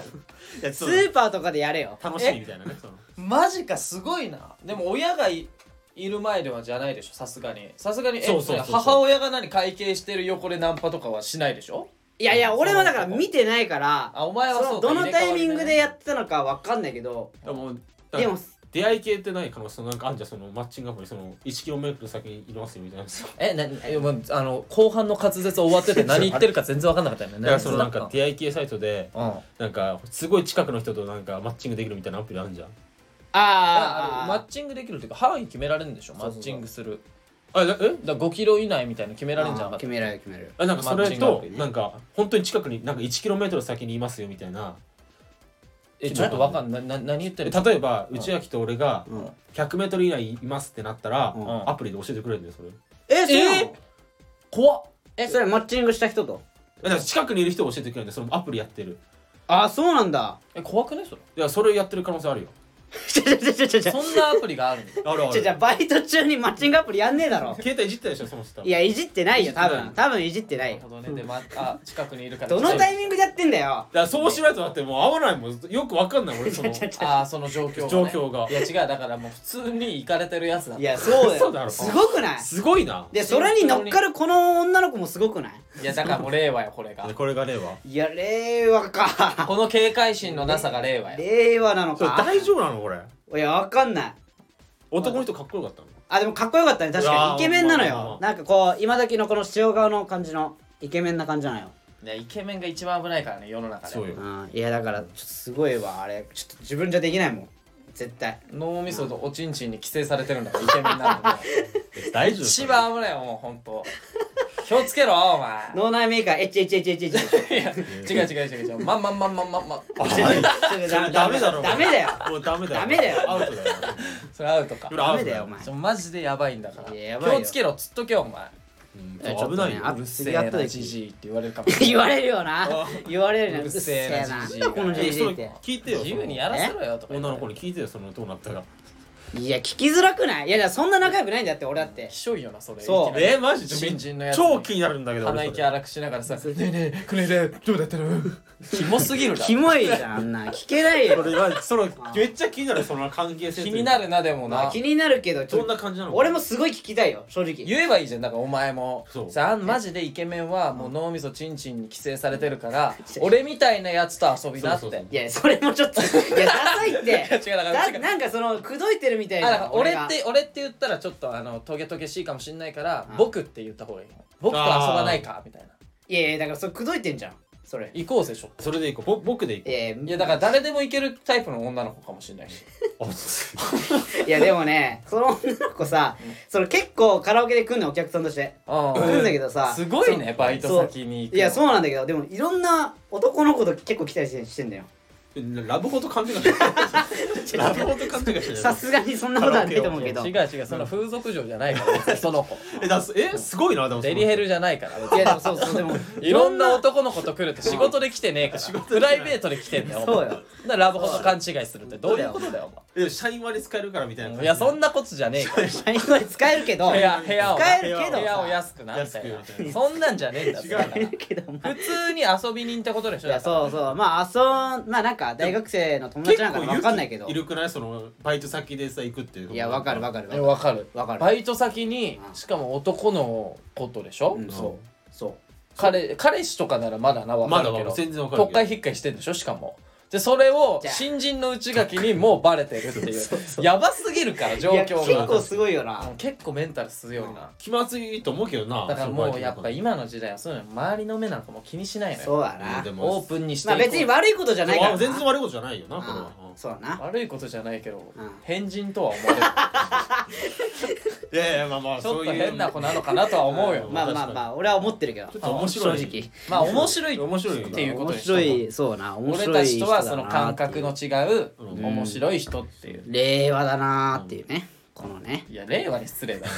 Speaker 3: や
Speaker 1: ス
Speaker 3: そう
Speaker 1: ーパーとかでやれよ
Speaker 3: 楽しみみたいなねその
Speaker 2: マジかすごいなでも親がいいる前ではじゃないでしょさすがにさすがにえ
Speaker 3: そうそうそうそう
Speaker 2: れ母親が何会計してる横でナンパとかはしないでしょ
Speaker 1: いやいや俺はだから見てないから
Speaker 2: あお前は
Speaker 1: そ
Speaker 2: そ
Speaker 1: の
Speaker 2: うか
Speaker 1: どのタイミングでやっ
Speaker 2: っ
Speaker 1: てたのかわかんないけど
Speaker 3: でも
Speaker 1: でも
Speaker 3: だ出会い系ってない可能性なんかあんじゃんそのマッチングアプリその1キロメートル先にいますよみたいな
Speaker 2: えなえもうあの後半の滑舌終わってて何言ってるか全然分かんなかったよね
Speaker 3: だからそのなん
Speaker 2: う
Speaker 3: か出会い系サイトで
Speaker 2: んあ
Speaker 3: なんかすごい近くの人となんかマッチングできるみたいなアプリあるじゃん
Speaker 2: あ
Speaker 1: あ
Speaker 2: のマッチングできるっていうか範囲決められるんでしょマ
Speaker 3: そうそう
Speaker 2: ッチングする
Speaker 3: あな
Speaker 2: だ
Speaker 3: え
Speaker 2: から5キロ以内みたいなの決められるんじゃなかっ
Speaker 1: 決められる決められる
Speaker 3: あなんかそ
Speaker 2: マッ
Speaker 3: れ
Speaker 2: チングア
Speaker 3: と
Speaker 2: プリね
Speaker 3: なんか本当に近くになんか1キロメートル先にいますよみたいな
Speaker 2: たえちょっと分かんないなな何言って
Speaker 3: え
Speaker 2: る
Speaker 3: 例えば内明と俺が
Speaker 1: うん
Speaker 3: 100メートル以内いますってなったら
Speaker 2: ん
Speaker 3: アプリで教えてくれるんだよそれ
Speaker 1: えそうなの
Speaker 2: 怖っ
Speaker 1: えそれマッチングした人と
Speaker 3: だから近くにいる人を教えてくれるんでそのアプリやってる
Speaker 1: あそうなんだ
Speaker 2: え怖くないそれ
Speaker 3: いやそれやってる可能性あるよ
Speaker 1: ちょちょちょちょちょちょ
Speaker 2: そんなアプリがあるんだ
Speaker 3: あるある
Speaker 1: ちょバイト中にマッチングアプリやんねえだろ
Speaker 3: 携帯いじってたでしょその人
Speaker 1: いやいじってないよ多
Speaker 3: いじってな
Speaker 1: 分
Speaker 3: い
Speaker 1: 多分いじってな
Speaker 2: ないる
Speaker 1: よ
Speaker 2: ほどねで、ま、あ近くにいるから
Speaker 1: どのタイミングでやってんだよ
Speaker 3: だからそうしないとだってもう合わないもんよくわか
Speaker 1: [LAUGHS]
Speaker 3: んない俺その
Speaker 2: ああその状況が、ね、
Speaker 3: 状況が
Speaker 2: いや違うだからもう普通に行かれてるやつだ
Speaker 1: いやそう
Speaker 3: そう
Speaker 1: だ
Speaker 3: だ
Speaker 1: よ
Speaker 3: ろ
Speaker 1: すごくない
Speaker 3: すごいな
Speaker 1: でそれに乗っかるこの女の子もすごくない
Speaker 2: いやだからもう令和よこれが
Speaker 3: これが令和
Speaker 1: いや令和か
Speaker 3: [LAUGHS]
Speaker 2: この警戒心のなさが令和よ
Speaker 1: 令和なの
Speaker 3: それ
Speaker 1: か
Speaker 3: 大丈夫なのこれ
Speaker 1: いやわかんない
Speaker 3: 男の人かっこよかったの
Speaker 1: あでもかっこよかったね確か
Speaker 3: うわ
Speaker 1: に
Speaker 3: ー
Speaker 1: イケメンなの
Speaker 3: まあまあ
Speaker 1: よ
Speaker 3: ま
Speaker 1: なんかこう今時のこの塩顔の感じのイケメンな感じなのよ
Speaker 2: いやイケメンが一番危ないからね世の中で
Speaker 3: そうよ
Speaker 1: うんいやだからちょっとすごいわあれちょっと自分じゃできないもん絶対
Speaker 2: 脳みそとおちんちんに寄生されてるんだからイケメンなんだ
Speaker 3: 大丈夫
Speaker 2: 一番危ないよもうほんと気をつけろお前
Speaker 1: 脳内メーカーエッチエッチエッチエッチエ
Speaker 2: [LAUGHS]
Speaker 1: ッチ
Speaker 2: いや違う違う違う違うまんまんまんまんまんま
Speaker 3: ダメだろ
Speaker 1: ダメだよ
Speaker 3: もうダメだよ
Speaker 1: ダメだよ
Speaker 3: アウトだよ
Speaker 2: それアウトか
Speaker 3: それ
Speaker 1: ダ
Speaker 3: アウ
Speaker 1: メ
Speaker 3: ト
Speaker 1: だよお前
Speaker 2: ちょマジでやばいんだから
Speaker 1: いややばいよ
Speaker 2: 気をつけろつっとけよお前
Speaker 1: え
Speaker 3: うん危ないよ
Speaker 1: ちょっとねあ
Speaker 2: うるせ
Speaker 1: やっ
Speaker 2: え
Speaker 1: と
Speaker 2: な
Speaker 1: で
Speaker 2: じじいって言われる
Speaker 3: [LAUGHS]
Speaker 2: かもしれない
Speaker 1: 言われるよな
Speaker 3: あ
Speaker 1: 言われるよ
Speaker 2: う
Speaker 1: な
Speaker 2: るせえな
Speaker 1: うっ
Speaker 2: じじいが
Speaker 1: この
Speaker 3: え
Speaker 1: じ
Speaker 3: そ
Speaker 1: じ
Speaker 3: れ
Speaker 1: いって
Speaker 3: 聞いてよ
Speaker 2: 自由にやらせろよと
Speaker 3: そ
Speaker 2: か言
Speaker 3: の女の子
Speaker 2: に
Speaker 3: に聞いてよそのどうなったか
Speaker 1: いや聞きづらくないいやいやそんな仲良くないんだって俺だって
Speaker 2: ひしょいよなそれ
Speaker 1: そう
Speaker 2: いきなり
Speaker 3: えマジ
Speaker 2: 新人のやつ
Speaker 3: 超気になるんだけど
Speaker 2: 鼻
Speaker 3: 俺そ
Speaker 2: 息
Speaker 3: れ
Speaker 2: 荒くしながらさ「ねえねえクレイレどうだったの?」キモすぎるだ
Speaker 1: キ
Speaker 2: ろ
Speaker 1: モいじゃんあんな聞けないよ
Speaker 3: それはそれめっちゃ気になるその関係性と
Speaker 2: 気
Speaker 3: いうか
Speaker 2: になるなでも
Speaker 1: まあ
Speaker 2: な
Speaker 1: 気になるけどちょ
Speaker 3: どんな感じなの
Speaker 1: 俺もすごい聞きたいよ正直
Speaker 2: 言えばいいじゃんだからお前も
Speaker 3: そう
Speaker 2: さあマジでイケメンはもう脳みそチンチンに寄生されてるから俺みたいなやつと遊びなっ
Speaker 3: そうそうそう
Speaker 2: て
Speaker 1: いやそれもち
Speaker 2: [LAUGHS]
Speaker 1: ょっといやダサいっ
Speaker 2: いや
Speaker 1: て
Speaker 2: 違うだから違
Speaker 1: だ
Speaker 2: う
Speaker 1: なんかその口説いてるみたい
Speaker 2: あだ
Speaker 1: な
Speaker 2: から俺
Speaker 1: が
Speaker 2: って俺って言ったらちょっとあのトゲトゲしいかもしんないから
Speaker 1: うん
Speaker 2: 僕って言った方がいい僕と遊ばないかみたいない
Speaker 1: やいやだからそれ口説いてんじゃんそれ
Speaker 2: 行こうぜしょ
Speaker 3: それでいこうぼ僕でいこ
Speaker 1: いやい
Speaker 2: い
Speaker 1: や
Speaker 2: やだから誰でもいけるタイプの女の子かもしんないし
Speaker 3: うあ
Speaker 1: いやでもねその女の子さその結構カラオケで来んのお客さんとして
Speaker 2: あ
Speaker 1: 来るんだけどさ
Speaker 2: すごいねバイト先に行く
Speaker 1: いやそうなんだけどでもいろんな男の子と結構来たりしてしてんだよ
Speaker 3: ラブホと勘違
Speaker 1: [LAUGHS]
Speaker 3: いしてるラブホと勘違いしてる
Speaker 1: さすがにそんなことはないと思うけど
Speaker 2: 違う
Speaker 1: い
Speaker 2: 違うその風俗嬢じゃないからその子
Speaker 3: えだすえすごいなでもそ
Speaker 2: デ
Speaker 3: の
Speaker 2: リヘルじゃないから別に
Speaker 1: やでもそうそうでも
Speaker 2: いろんな男の子と来るって仕事で来てねえから
Speaker 3: 仕事
Speaker 2: プライベートで来てんだよお前
Speaker 1: そうよ
Speaker 2: だからラブホと勘違いするってどういうことだよ
Speaker 3: え社員割り使えるからみたい
Speaker 2: お
Speaker 3: な
Speaker 2: 前いやそんなことじゃねえから
Speaker 1: 社員は使えるけど
Speaker 2: 部屋部屋を
Speaker 1: 使えるけど
Speaker 2: 部屋を
Speaker 1: さ
Speaker 2: 安くなみたい
Speaker 3: 安くみたい
Speaker 2: な
Speaker 3: な
Speaker 2: そんなんじゃねえんだ
Speaker 3: 違う
Speaker 2: だから
Speaker 1: 使えるけどまあ
Speaker 2: 普通に遊び人ってことでし
Speaker 1: い
Speaker 2: ょだ
Speaker 1: や
Speaker 2: から
Speaker 1: そうそうまあ遊んまあなんか大学生の友達なんか分かんないけど
Speaker 3: いるくないそのバイト先でさ行くっていう
Speaker 1: いや分かる分かる
Speaker 2: え
Speaker 1: 分か
Speaker 2: わかる
Speaker 1: る分かる
Speaker 2: バイト先に
Speaker 1: うん
Speaker 2: しかも男のことでしょ、
Speaker 1: うん
Speaker 2: そう
Speaker 1: そ
Speaker 2: 彼彼氏とかならまだなわかる
Speaker 3: ま
Speaker 2: け
Speaker 3: だ
Speaker 2: ど
Speaker 3: わ全然わかるけ
Speaker 2: 特
Speaker 3: ど
Speaker 2: 会引っかいしてんでしょしかもでそれを
Speaker 1: じゃあ
Speaker 2: 新人の内垣にもうバレてるって
Speaker 1: [LAUGHS]
Speaker 2: いうやばすぎるから
Speaker 1: う
Speaker 2: 状
Speaker 1: いや
Speaker 2: 況
Speaker 1: 結
Speaker 2: が
Speaker 1: 構すごいよな
Speaker 2: うん結構メンタル強いな、
Speaker 3: 気まずいと思うけどな
Speaker 2: だからもうやっぱ
Speaker 3: い
Speaker 2: 今の時代はそういうの周りの目なんかもう気にしないのよ
Speaker 1: そうだな
Speaker 3: でも
Speaker 2: オープンにして
Speaker 1: ま
Speaker 2: い
Speaker 1: あ
Speaker 2: こう
Speaker 1: 別に悪いことじゃないからな
Speaker 3: 全然悪いことじゃないよなこれは
Speaker 1: うんそうだな
Speaker 2: 悪いことじゃないけど、
Speaker 1: うん
Speaker 2: 変人とは思われる
Speaker 3: いやいやまあまあ
Speaker 2: ちょ
Speaker 3: そ
Speaker 2: っ
Speaker 3: う
Speaker 2: と
Speaker 3: いう
Speaker 2: 変な子なのかなとは思うよ、
Speaker 3: うん
Speaker 1: まあまあまあ俺は思ってるけど
Speaker 3: ちょっと面白い
Speaker 1: 正直
Speaker 2: まあ面白い
Speaker 3: 面白いよな
Speaker 2: っていうこと
Speaker 1: 面
Speaker 2: でしょ
Speaker 1: 白いそうな面白
Speaker 2: 俺
Speaker 1: い
Speaker 2: たちとは
Speaker 1: 人だ
Speaker 2: そ
Speaker 1: な
Speaker 2: の感覚の違う
Speaker 3: うん
Speaker 2: 面白い人っていう、
Speaker 1: 令和だなーっていうねこのね
Speaker 2: いや令和に失礼だね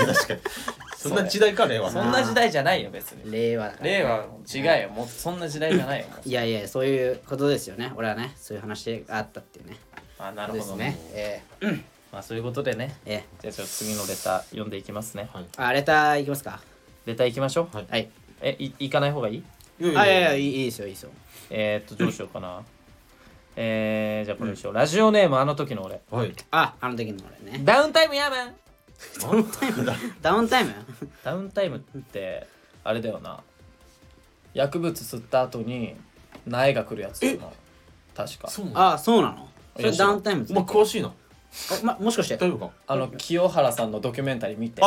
Speaker 3: そんな時代か令和
Speaker 2: そんな時代じゃないよ別に
Speaker 1: 令和だから
Speaker 2: 令和の違いよもうそんな時代じゃないよもう
Speaker 1: いやいやそういうことですよね俺はねそういう話があったっていうね
Speaker 2: あな
Speaker 1: こ
Speaker 2: る
Speaker 1: と
Speaker 2: ほ
Speaker 1: で
Speaker 2: ど
Speaker 1: すねええ
Speaker 2: まあそういうことでね
Speaker 1: ええ
Speaker 2: じゃあちょっと次のレター読んでいきますね
Speaker 3: はい
Speaker 1: あレターいきますか
Speaker 2: レターいきましょう、
Speaker 3: はい
Speaker 1: はい
Speaker 2: えい行かない方がいい
Speaker 3: い
Speaker 1: あいやいや
Speaker 3: い
Speaker 1: いいいいですよいいですよ
Speaker 2: えー、っとどうしようかなえー、じゃあこれでしよう、ラジオネームあの時の俺
Speaker 3: はい
Speaker 1: ああの時の俺ね
Speaker 2: ダウンタイムやめん
Speaker 1: [LAUGHS] ダウンタイム
Speaker 2: ダウンタイムってあれだよな薬物吸った後に苗が来るやつだよな確か
Speaker 3: そうなの
Speaker 1: あそうなのそれダウンタイムっ
Speaker 3: お
Speaker 1: て
Speaker 3: 前詳しいな
Speaker 1: おま、もしかして
Speaker 3: 大丈夫か
Speaker 2: あの清原さんのドキュメンタリー見て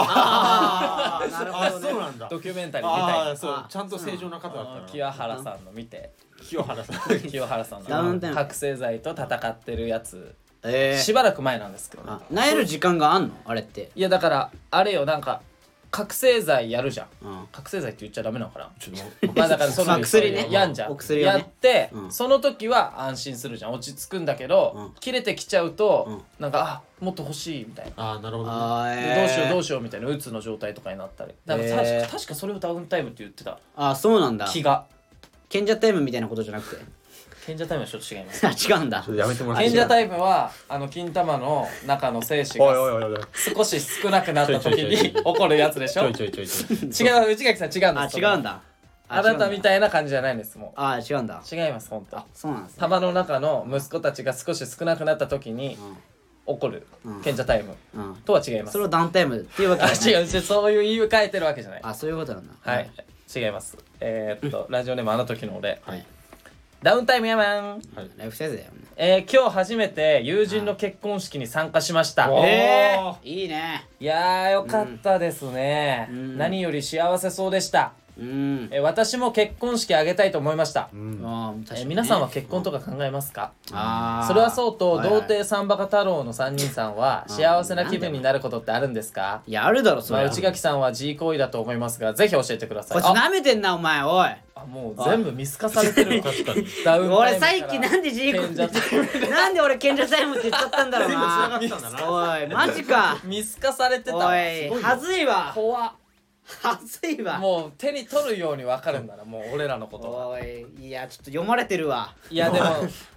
Speaker 1: あーなる
Speaker 3: あ
Speaker 1: ほど、ね、
Speaker 3: そうなんだ
Speaker 2: ドキュメンタリー見たい
Speaker 3: あ
Speaker 2: な
Speaker 3: あそう
Speaker 1: あ
Speaker 3: ちゃんと正常な方だ
Speaker 2: あ
Speaker 3: っ
Speaker 2: の
Speaker 3: たな
Speaker 2: 清原さんの見て
Speaker 3: 清原さん
Speaker 2: 清原さん
Speaker 1: ダウンタウ
Speaker 2: の
Speaker 1: ン
Speaker 2: 覚醒剤と戦ってるやつ
Speaker 1: えー
Speaker 2: しばらく前なんですけどね
Speaker 1: あなえる時間があんのあれって
Speaker 2: いやだからあれよなんか覚醒剤やるじゃん
Speaker 1: うん
Speaker 2: 覚醒剤って言っちゃダメなのかな
Speaker 3: ちょっと待って
Speaker 2: まあだからそ
Speaker 1: ま
Speaker 2: の
Speaker 1: あ [LAUGHS] 薬ね
Speaker 2: やんじゃん
Speaker 1: お薬をね
Speaker 2: やって、
Speaker 1: うん
Speaker 2: その時は安心するじゃん落ち着くんだけど、
Speaker 1: うん
Speaker 2: 切れてきちゃうと、
Speaker 1: うん
Speaker 2: なんかあもっと欲しいみたいな、
Speaker 3: ああなるほどね
Speaker 1: あー、
Speaker 2: でどうしよう
Speaker 1: し
Speaker 2: どう
Speaker 1: よ
Speaker 2: しようみたいなうつの状態とかになったりだから確か,、
Speaker 1: へー
Speaker 2: 確かそれをダウンタイムって言ってた
Speaker 1: うあそうなんだ
Speaker 2: 気が
Speaker 1: 賢者タイムみたいなことじゃなくて [LAUGHS]
Speaker 2: 賢者タイムはちょっと違います
Speaker 1: あ違うんだ
Speaker 3: ちょっとやめてもらってい
Speaker 2: 賢
Speaker 3: い
Speaker 2: 者タイムはあの金玉の中の精子
Speaker 3: おいお
Speaker 2: が
Speaker 3: いおいおい
Speaker 2: 少し少なくなった時に
Speaker 3: ちょいちょいちょいちょ
Speaker 2: 起
Speaker 3: い
Speaker 2: こるやつでし
Speaker 3: ち
Speaker 2: ょ
Speaker 3: ょ
Speaker 2: 違
Speaker 3: いちょいちょいちょいう
Speaker 2: 内垣さん違うん
Speaker 1: あ
Speaker 2: です
Speaker 1: 違うんだあ
Speaker 2: あなたみ
Speaker 1: い
Speaker 2: たいな感じじゃないんですも
Speaker 1: あ違うんだ
Speaker 2: う違います本当
Speaker 1: そうなんですね
Speaker 2: 玉の中の息子たちが少し少なくなった時に起こる
Speaker 1: うん
Speaker 2: 賢者タイム
Speaker 1: うん、うん、
Speaker 2: とは違います
Speaker 1: それをダウンタイムっていうわけ
Speaker 2: あ
Speaker 1: じゃない
Speaker 2: 違うそういう言い換えてるわけじゃない
Speaker 1: あそういうことなんだ
Speaker 2: はい違いますえーっ
Speaker 3: [LAUGHS]
Speaker 2: とラジオネームあの時の俺
Speaker 1: はい
Speaker 2: ダウンタイムやまん
Speaker 3: はい
Speaker 1: ライフサイズだよね
Speaker 2: えー今日初めて友人の結婚式に参加しました
Speaker 3: おー
Speaker 2: えー
Speaker 1: いいね
Speaker 2: いやーよかったですね
Speaker 1: うん
Speaker 2: 何より幸せそうでした
Speaker 1: うん
Speaker 2: えー私も結婚式あげたいと思いました
Speaker 3: うん
Speaker 1: あー確か
Speaker 2: え
Speaker 1: にね
Speaker 2: ー皆さんは結婚とか考えますか
Speaker 1: あー
Speaker 2: それはそうと、
Speaker 1: はいはい
Speaker 2: 童貞三バカ太郎の3人さんは
Speaker 1: うん
Speaker 2: 幸せな気分になることってあるんですか、
Speaker 1: いやあるだろそ
Speaker 2: まあ、
Speaker 1: れ
Speaker 2: 内垣さんは G 行為だと思いますがぜひ教えてくださ
Speaker 1: こ
Speaker 2: い
Speaker 1: いつ
Speaker 2: あ
Speaker 1: なめてんなお前おい
Speaker 2: あもう全部見透かされてるわ
Speaker 1: [LAUGHS]
Speaker 3: 確かに
Speaker 2: ダウ
Speaker 1: 俺
Speaker 2: ンタイムから
Speaker 1: 最近なんでジーコ
Speaker 2: 賢者タイム
Speaker 1: なんで俺賢者タイムって言っちゃったんだ
Speaker 2: [LAUGHS]
Speaker 1: ろうな
Speaker 3: 全部繋がったんだな
Speaker 1: おいマジか
Speaker 2: 見透かされてたわ
Speaker 1: お
Speaker 2: す
Speaker 1: い
Speaker 2: ごい
Speaker 1: はずいわ
Speaker 2: 怖っ
Speaker 1: はずいわ
Speaker 2: もう手に取るように分かるんだなもう俺らのことは
Speaker 1: おいいやちょっと読まれてるわ
Speaker 2: いやでも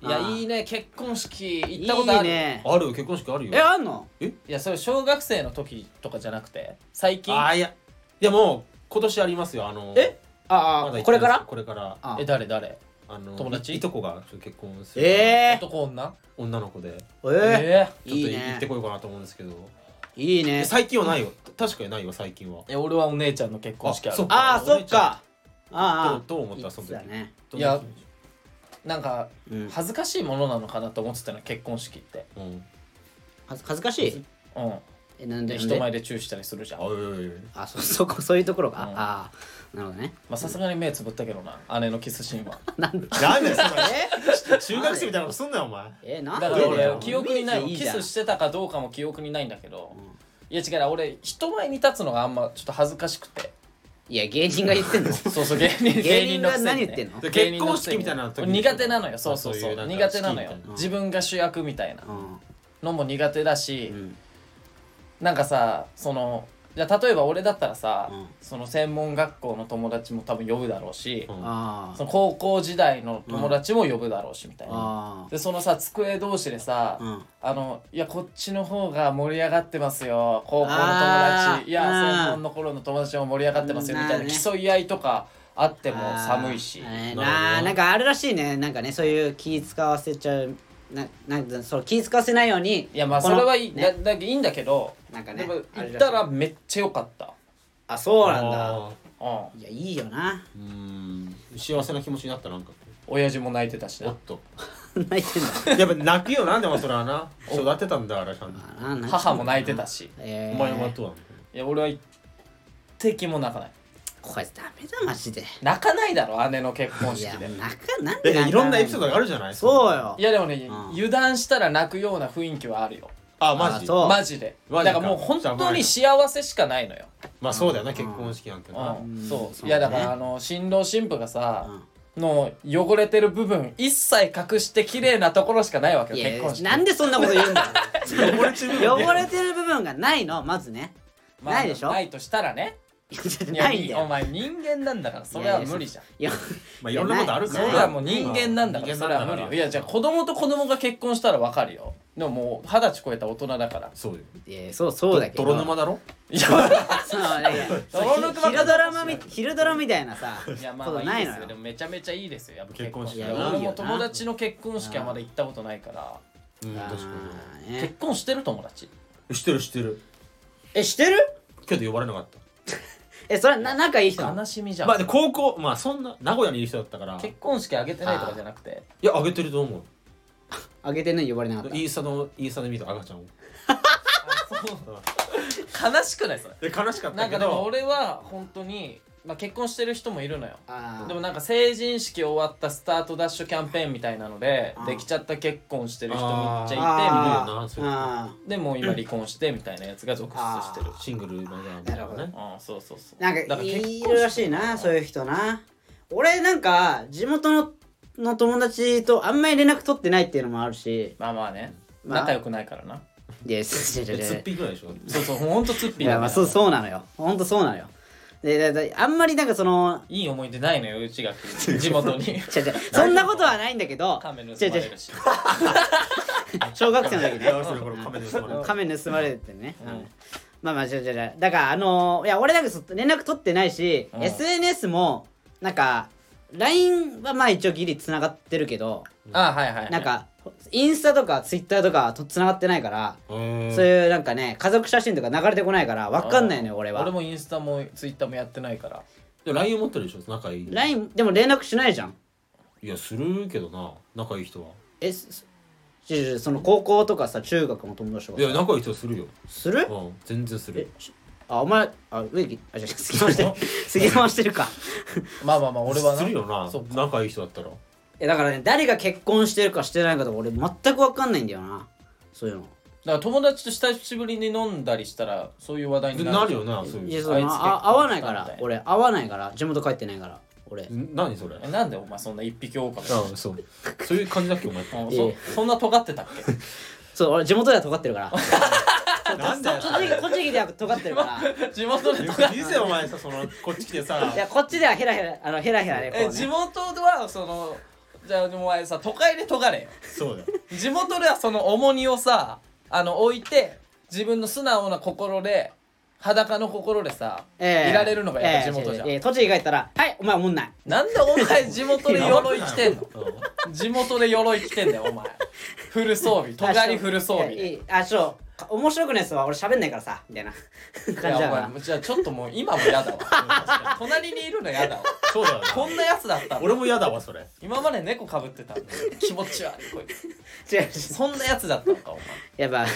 Speaker 2: い
Speaker 1: [LAUGHS]
Speaker 2: や
Speaker 1: あー
Speaker 2: いいね結婚式
Speaker 1: い
Speaker 2: 行っ
Speaker 1: い
Speaker 2: たことある
Speaker 1: ね
Speaker 3: ある結婚式あるよ
Speaker 1: えあんの
Speaker 2: いやそれ小学生の時とかじゃなくて最近
Speaker 3: あーいやいやもう今年ありますよあの
Speaker 1: え
Speaker 3: ま
Speaker 1: あ
Speaker 3: だ
Speaker 1: あ
Speaker 3: 行ってない
Speaker 1: これから
Speaker 3: これから
Speaker 1: あ
Speaker 2: え誰誰
Speaker 3: あの
Speaker 2: 友達
Speaker 3: いいとこがちょっと結婚する
Speaker 1: えー
Speaker 2: 男女
Speaker 3: 女の子でち
Speaker 1: え
Speaker 2: えー
Speaker 1: ー
Speaker 3: ょっ
Speaker 1: い
Speaker 3: と
Speaker 1: い
Speaker 3: い行っ
Speaker 1: ね
Speaker 3: てこようかなと思うんですけど
Speaker 1: いいね
Speaker 3: え最近はないよ確かにないよ最近は
Speaker 2: え俺はお姉ちゃんの結婚式あ
Speaker 3: あ
Speaker 2: る
Speaker 3: そう
Speaker 1: ああそっかああああ
Speaker 3: どうどう思った
Speaker 1: いつ
Speaker 3: その時
Speaker 1: だね
Speaker 2: いやなんか
Speaker 1: うんは
Speaker 2: 恥ずかしいものなのかなと思ってたの結婚式って
Speaker 3: うん
Speaker 1: 恥ず恥ずかしい
Speaker 2: うん
Speaker 1: えなんで
Speaker 2: で
Speaker 1: なん
Speaker 2: 人
Speaker 1: で
Speaker 2: 前でチューしたりするじゃん
Speaker 3: あいや
Speaker 1: [LAUGHS]
Speaker 3: いやいや
Speaker 1: あそそこそういうところか
Speaker 2: うん
Speaker 1: ああなるほどね
Speaker 2: まあさすがに目つぶったけどな姉のキスシ
Speaker 1: [LAUGHS]
Speaker 2: ーンは
Speaker 1: なんで
Speaker 3: なんでそれ
Speaker 1: え
Speaker 3: 中学生みたいなことすんなよお前
Speaker 1: えな
Speaker 2: だ
Speaker 1: んで
Speaker 2: から
Speaker 1: だ
Speaker 2: 俺
Speaker 1: よ
Speaker 2: 記憶にないわ
Speaker 1: イメージいい
Speaker 2: キ
Speaker 1: じゃん
Speaker 2: スしてたかどうかも記憶にないんだけどいや違う俺人前に立つのがあんまちょっと恥ずかしくて
Speaker 1: いや芸人が言ってんの
Speaker 2: そうそう芸人
Speaker 1: [LAUGHS] 芸人
Speaker 2: の
Speaker 1: が
Speaker 2: くせ
Speaker 1: 何
Speaker 2: に
Speaker 1: 言
Speaker 2: ね
Speaker 1: ってんの
Speaker 3: で
Speaker 2: 芸人のくせに
Speaker 3: 結婚式みたいな時に
Speaker 2: 苦手なのよそうそう
Speaker 3: そう
Speaker 2: そ
Speaker 3: いうな
Speaker 2: うん
Speaker 3: か
Speaker 2: 苦手なのよ
Speaker 3: 式みたいな
Speaker 2: 自分が主役みたいな
Speaker 1: うん
Speaker 2: のも苦手だし、
Speaker 1: うん
Speaker 2: なんかさそのじゃあ例えば俺だったらさ、
Speaker 1: うん
Speaker 2: その専門学校の友達も多分呼ぶだろうし、
Speaker 3: うん
Speaker 1: あ
Speaker 2: そ
Speaker 1: あ
Speaker 2: の高校時代の友達も呼ぶだろうしみたいな、
Speaker 1: あ
Speaker 2: でそのさ机同士でさ、
Speaker 1: あうん
Speaker 2: あのいやこっちの方が盛り上がってますよ高校の友
Speaker 1: あ
Speaker 2: 達
Speaker 1: ー
Speaker 2: いや
Speaker 1: うん
Speaker 2: 専門の頃の友達も盛り上がってますよみ
Speaker 1: うん
Speaker 2: たいな
Speaker 1: まあね
Speaker 2: 競い合いとかあっても
Speaker 1: あー
Speaker 2: 寒いし
Speaker 1: えー
Speaker 3: なるほど
Speaker 1: な
Speaker 3: ね
Speaker 1: あなんかあるらしいねなんかねそういう気使わせちゃうななんかそう気使わせないように
Speaker 2: いやまあ
Speaker 1: こ
Speaker 2: そ
Speaker 1: の
Speaker 2: れはいい,だ、
Speaker 1: ね、
Speaker 2: だけいいんだけど、
Speaker 1: なんか
Speaker 2: で
Speaker 1: ね
Speaker 2: も
Speaker 1: あ
Speaker 2: 行
Speaker 1: る
Speaker 2: っ
Speaker 1: した
Speaker 2: ら
Speaker 1: い
Speaker 2: めっちゃ良かった、
Speaker 1: あそうなんだ
Speaker 3: あ
Speaker 2: うん、
Speaker 1: いやいいよな [LAUGHS]
Speaker 3: ーうん幸せな気持ちになったなんか
Speaker 2: 親父も泣いてたし
Speaker 3: お
Speaker 2: な
Speaker 3: っと
Speaker 1: 泣いてんだ
Speaker 3: やっぱ泣くよなんでもそれはな [LAUGHS] 育てたんだからちゃんと
Speaker 1: あな泣いてんだ
Speaker 2: 母も泣いてたし
Speaker 1: え
Speaker 3: お
Speaker 1: ー、
Speaker 3: 前はどうな
Speaker 2: い
Speaker 3: ん
Speaker 2: や俺は一滴も泣かない
Speaker 1: こいつダメだマジで
Speaker 2: 泣かないだろ姉の結婚
Speaker 1: い
Speaker 2: 式
Speaker 1: や
Speaker 2: で
Speaker 1: 泣かなん
Speaker 3: だ
Speaker 1: で
Speaker 3: いや
Speaker 1: 泣
Speaker 3: い
Speaker 1: か
Speaker 3: ろんなエピソードがあるじゃない
Speaker 1: そうよ
Speaker 2: いやでもね、
Speaker 1: うん
Speaker 2: 油断したら泣くような雰囲気はあるよ
Speaker 3: あマ
Speaker 1: あ
Speaker 3: ジ
Speaker 1: そう
Speaker 2: マジで
Speaker 3: マジ
Speaker 2: だ
Speaker 3: か
Speaker 2: からもう本当に幸せしかないのよ、
Speaker 3: まあそうだよな結婚式なんて
Speaker 2: う
Speaker 3: なん
Speaker 1: うん
Speaker 2: そう
Speaker 1: そうね
Speaker 2: いやだからあの新郎新婦がさ、の汚れてる部分一切隠して綺麗なところしかないわけ
Speaker 1: い
Speaker 2: よ結
Speaker 1: や
Speaker 2: 婚式
Speaker 1: なんでそんなこと言うんだよ
Speaker 3: 汚れてるよね
Speaker 1: 汚れてる部分がないのまずね
Speaker 2: まあ
Speaker 1: ないでしょ
Speaker 2: ないとしたらねいや
Speaker 1: ないんだ
Speaker 2: お
Speaker 1: よ
Speaker 2: 前人間なんだからそれは無理じゃん
Speaker 1: いや
Speaker 3: まあいろんなことある
Speaker 2: そ
Speaker 3: か
Speaker 1: や
Speaker 3: ら
Speaker 1: な
Speaker 2: れ
Speaker 1: い
Speaker 2: はもう人間なんだから
Speaker 3: 人
Speaker 2: そ
Speaker 3: 間
Speaker 2: れは
Speaker 3: なんだ
Speaker 2: 無
Speaker 3: か
Speaker 2: 理よ
Speaker 3: ら
Speaker 2: いやじゃあ子供と子供が結婚したらわかるよでももう二十歳超えた大人だから
Speaker 3: そうよ
Speaker 1: いやそうそうだけど
Speaker 3: 泥沼だろ
Speaker 2: いや
Speaker 1: そういやいや
Speaker 2: 泥沼か
Speaker 1: 昼ドラマみ昼ドラみたいなさ
Speaker 2: い
Speaker 1: [LAUGHS]
Speaker 2: やまあ
Speaker 1: こと
Speaker 2: まあ
Speaker 1: ないい
Speaker 2: いで
Speaker 1: の
Speaker 2: すよで
Speaker 1: よ
Speaker 2: もめちゃめちゃいいですよやっぱ結婚式
Speaker 1: 結婚式
Speaker 2: は
Speaker 1: は
Speaker 2: 俺
Speaker 1: いいよ
Speaker 2: も
Speaker 1: な
Speaker 2: 友達の結婚式はまだ行ったことないから
Speaker 3: うん確か
Speaker 1: あー
Speaker 2: 結
Speaker 1: ね
Speaker 2: 婚してる友達
Speaker 3: に知ってる知ってる
Speaker 1: えしてる
Speaker 3: けど呼ばれなかった
Speaker 1: えそれな仲いい人なの
Speaker 2: 悲しみじゃん
Speaker 3: まあで高校まあそんな名古屋にいる人だったから
Speaker 2: 結婚式あげてないとかじゃなくて
Speaker 3: いやあげてると思う
Speaker 1: あげてね呼ばれなかった
Speaker 3: インスタのインスタで見た赤ちゃんを
Speaker 2: 悲しくないそれ
Speaker 3: [LAUGHS] で悲しかっ
Speaker 2: な
Speaker 3: た
Speaker 2: ん
Speaker 3: け
Speaker 2: かでも
Speaker 3: ど
Speaker 2: 俺は本当にまあ結婚してる人もいるのよ
Speaker 1: あー
Speaker 2: でもなんか成人式終わったスタートダッシュキャンペーンみたいなので
Speaker 1: あ
Speaker 2: できちゃった結婚してる人めっちゃいて
Speaker 1: あー
Speaker 3: 見るよなそういうの
Speaker 1: あ
Speaker 2: みたいなでもう今離婚してみたいなやつが続出してる
Speaker 3: シングルのね
Speaker 1: なるほど
Speaker 2: ああそうそうそう
Speaker 1: ーなんかいるらしいなそういう人な俺なんか地元のの友達とあんまり連絡取ってないっていうのもあるし
Speaker 2: まあまあね
Speaker 1: まあ
Speaker 2: 仲良くないからな
Speaker 1: です
Speaker 3: えツッピーぐらいでしょ
Speaker 2: そうそうほんとツッ
Speaker 1: い
Speaker 2: ピーだ
Speaker 1: や
Speaker 2: ね
Speaker 1: まあそうそうなのよほんとそうなのよででであんまりなんかその
Speaker 2: いい思い出ないのようちが
Speaker 1: [LAUGHS]
Speaker 2: 地元に
Speaker 1: 違う違うそんなことはないんだけど
Speaker 2: カメ盗
Speaker 1: 違う
Speaker 2: ま
Speaker 1: 違
Speaker 2: れ
Speaker 1: う
Speaker 2: るし
Speaker 1: 小学生の時
Speaker 3: い
Speaker 1: ね
Speaker 3: やそれこれ亀で盗まれる
Speaker 1: 亀盗まれてね、
Speaker 2: う
Speaker 1: う
Speaker 2: ん
Speaker 1: んまあまあ違う違う違うだからあのーいや俺なんかそ連絡取ってないし、
Speaker 2: うん
Speaker 1: SNS もなんか LINE はまあ一応ギリ繋がってるけど、
Speaker 2: あはいはいはい
Speaker 1: なんかインスタとか Twitter とかと繋がってないから、
Speaker 3: うーん
Speaker 1: そういうなんかね家族写真とか流れてこないから分かんないのよ俺
Speaker 2: 俺
Speaker 1: は
Speaker 2: もインスタもツイッターもやってないから
Speaker 3: でも LINE 持ってるでしょ仲いい
Speaker 1: LINE でも連絡しないじゃん
Speaker 3: いやするけどな仲いい人は
Speaker 1: えす違う違うその高校とかさ中学の友達とか
Speaker 3: い
Speaker 1: さ
Speaker 3: や仲いい人はするよ
Speaker 1: する
Speaker 3: うん全然する
Speaker 1: あお前あ植木あじゃ隙間して
Speaker 2: [LAUGHS]
Speaker 1: る隙間してるか
Speaker 2: まあまあまあ俺はな
Speaker 3: するよな
Speaker 2: そう
Speaker 3: 仲いい人だったら
Speaker 1: えだからね誰が結婚してるかしてないかとか俺全く分かんないんだよなそういうの
Speaker 2: だから友達と久しぶりに飲んだりしたらそういう話題になる
Speaker 3: なるよなそう
Speaker 1: い
Speaker 3: い
Speaker 1: や
Speaker 3: う
Speaker 1: そう
Speaker 2: あいつ結婚
Speaker 1: あ合わないか
Speaker 2: したみ
Speaker 1: ら
Speaker 2: たいな
Speaker 1: 俺合わないから地元帰ってないから俺
Speaker 3: 何それ
Speaker 2: えなんでお前そんな一匹狼か
Speaker 3: あそうそういう感じだっけお
Speaker 1: [LAUGHS]
Speaker 3: 前
Speaker 2: うん
Speaker 1: い
Speaker 2: そ
Speaker 1: え
Speaker 2: そんな尖ってたっ
Speaker 1: [LAUGHS] そう俺地元では尖って
Speaker 2: [LAUGHS]
Speaker 1: るから
Speaker 3: なんだよ
Speaker 1: 栃木栃木では尖ってるから
Speaker 2: [LAUGHS] け地元で尖っ
Speaker 3: いいぜお前さそのこっち来てさ
Speaker 1: いやこっちではヘラヘラあのヘラヘラねこ
Speaker 2: え
Speaker 1: う
Speaker 2: 地
Speaker 1: ね
Speaker 2: 元はそのじゃあお前さ都会で尖れよ
Speaker 3: そうだよ
Speaker 2: 地元ではその重荷をさあの置いて自分の素直な心で裸の心でさ、
Speaker 1: ええ
Speaker 2: いられるのがやっぱ地元じゃん、
Speaker 1: ええ違う違うええ栃木帰ったら「はいお前おもんない
Speaker 2: なんで
Speaker 1: [LAUGHS]
Speaker 2: お前地元で鎧着てんの
Speaker 3: うん
Speaker 2: 地元で鎧着てんだよお前フル装備」尖りフル装備
Speaker 1: いやい
Speaker 2: で
Speaker 1: いあそうか面白くないっすわ俺喋んないからさみたいな感じだ
Speaker 2: い
Speaker 1: か
Speaker 2: や
Speaker 1: ら
Speaker 2: お前じゃあちょっともう今もやだわ隣にいるのやだわ
Speaker 3: そうだよな
Speaker 2: こんなやつだったの
Speaker 3: 俺も嫌だわそれ
Speaker 2: 今まで猫かぶってたんだよ気持ち悪いこいつ
Speaker 1: 違う違う
Speaker 2: そんなやつだったのかお前
Speaker 1: やっぱ [LAUGHS]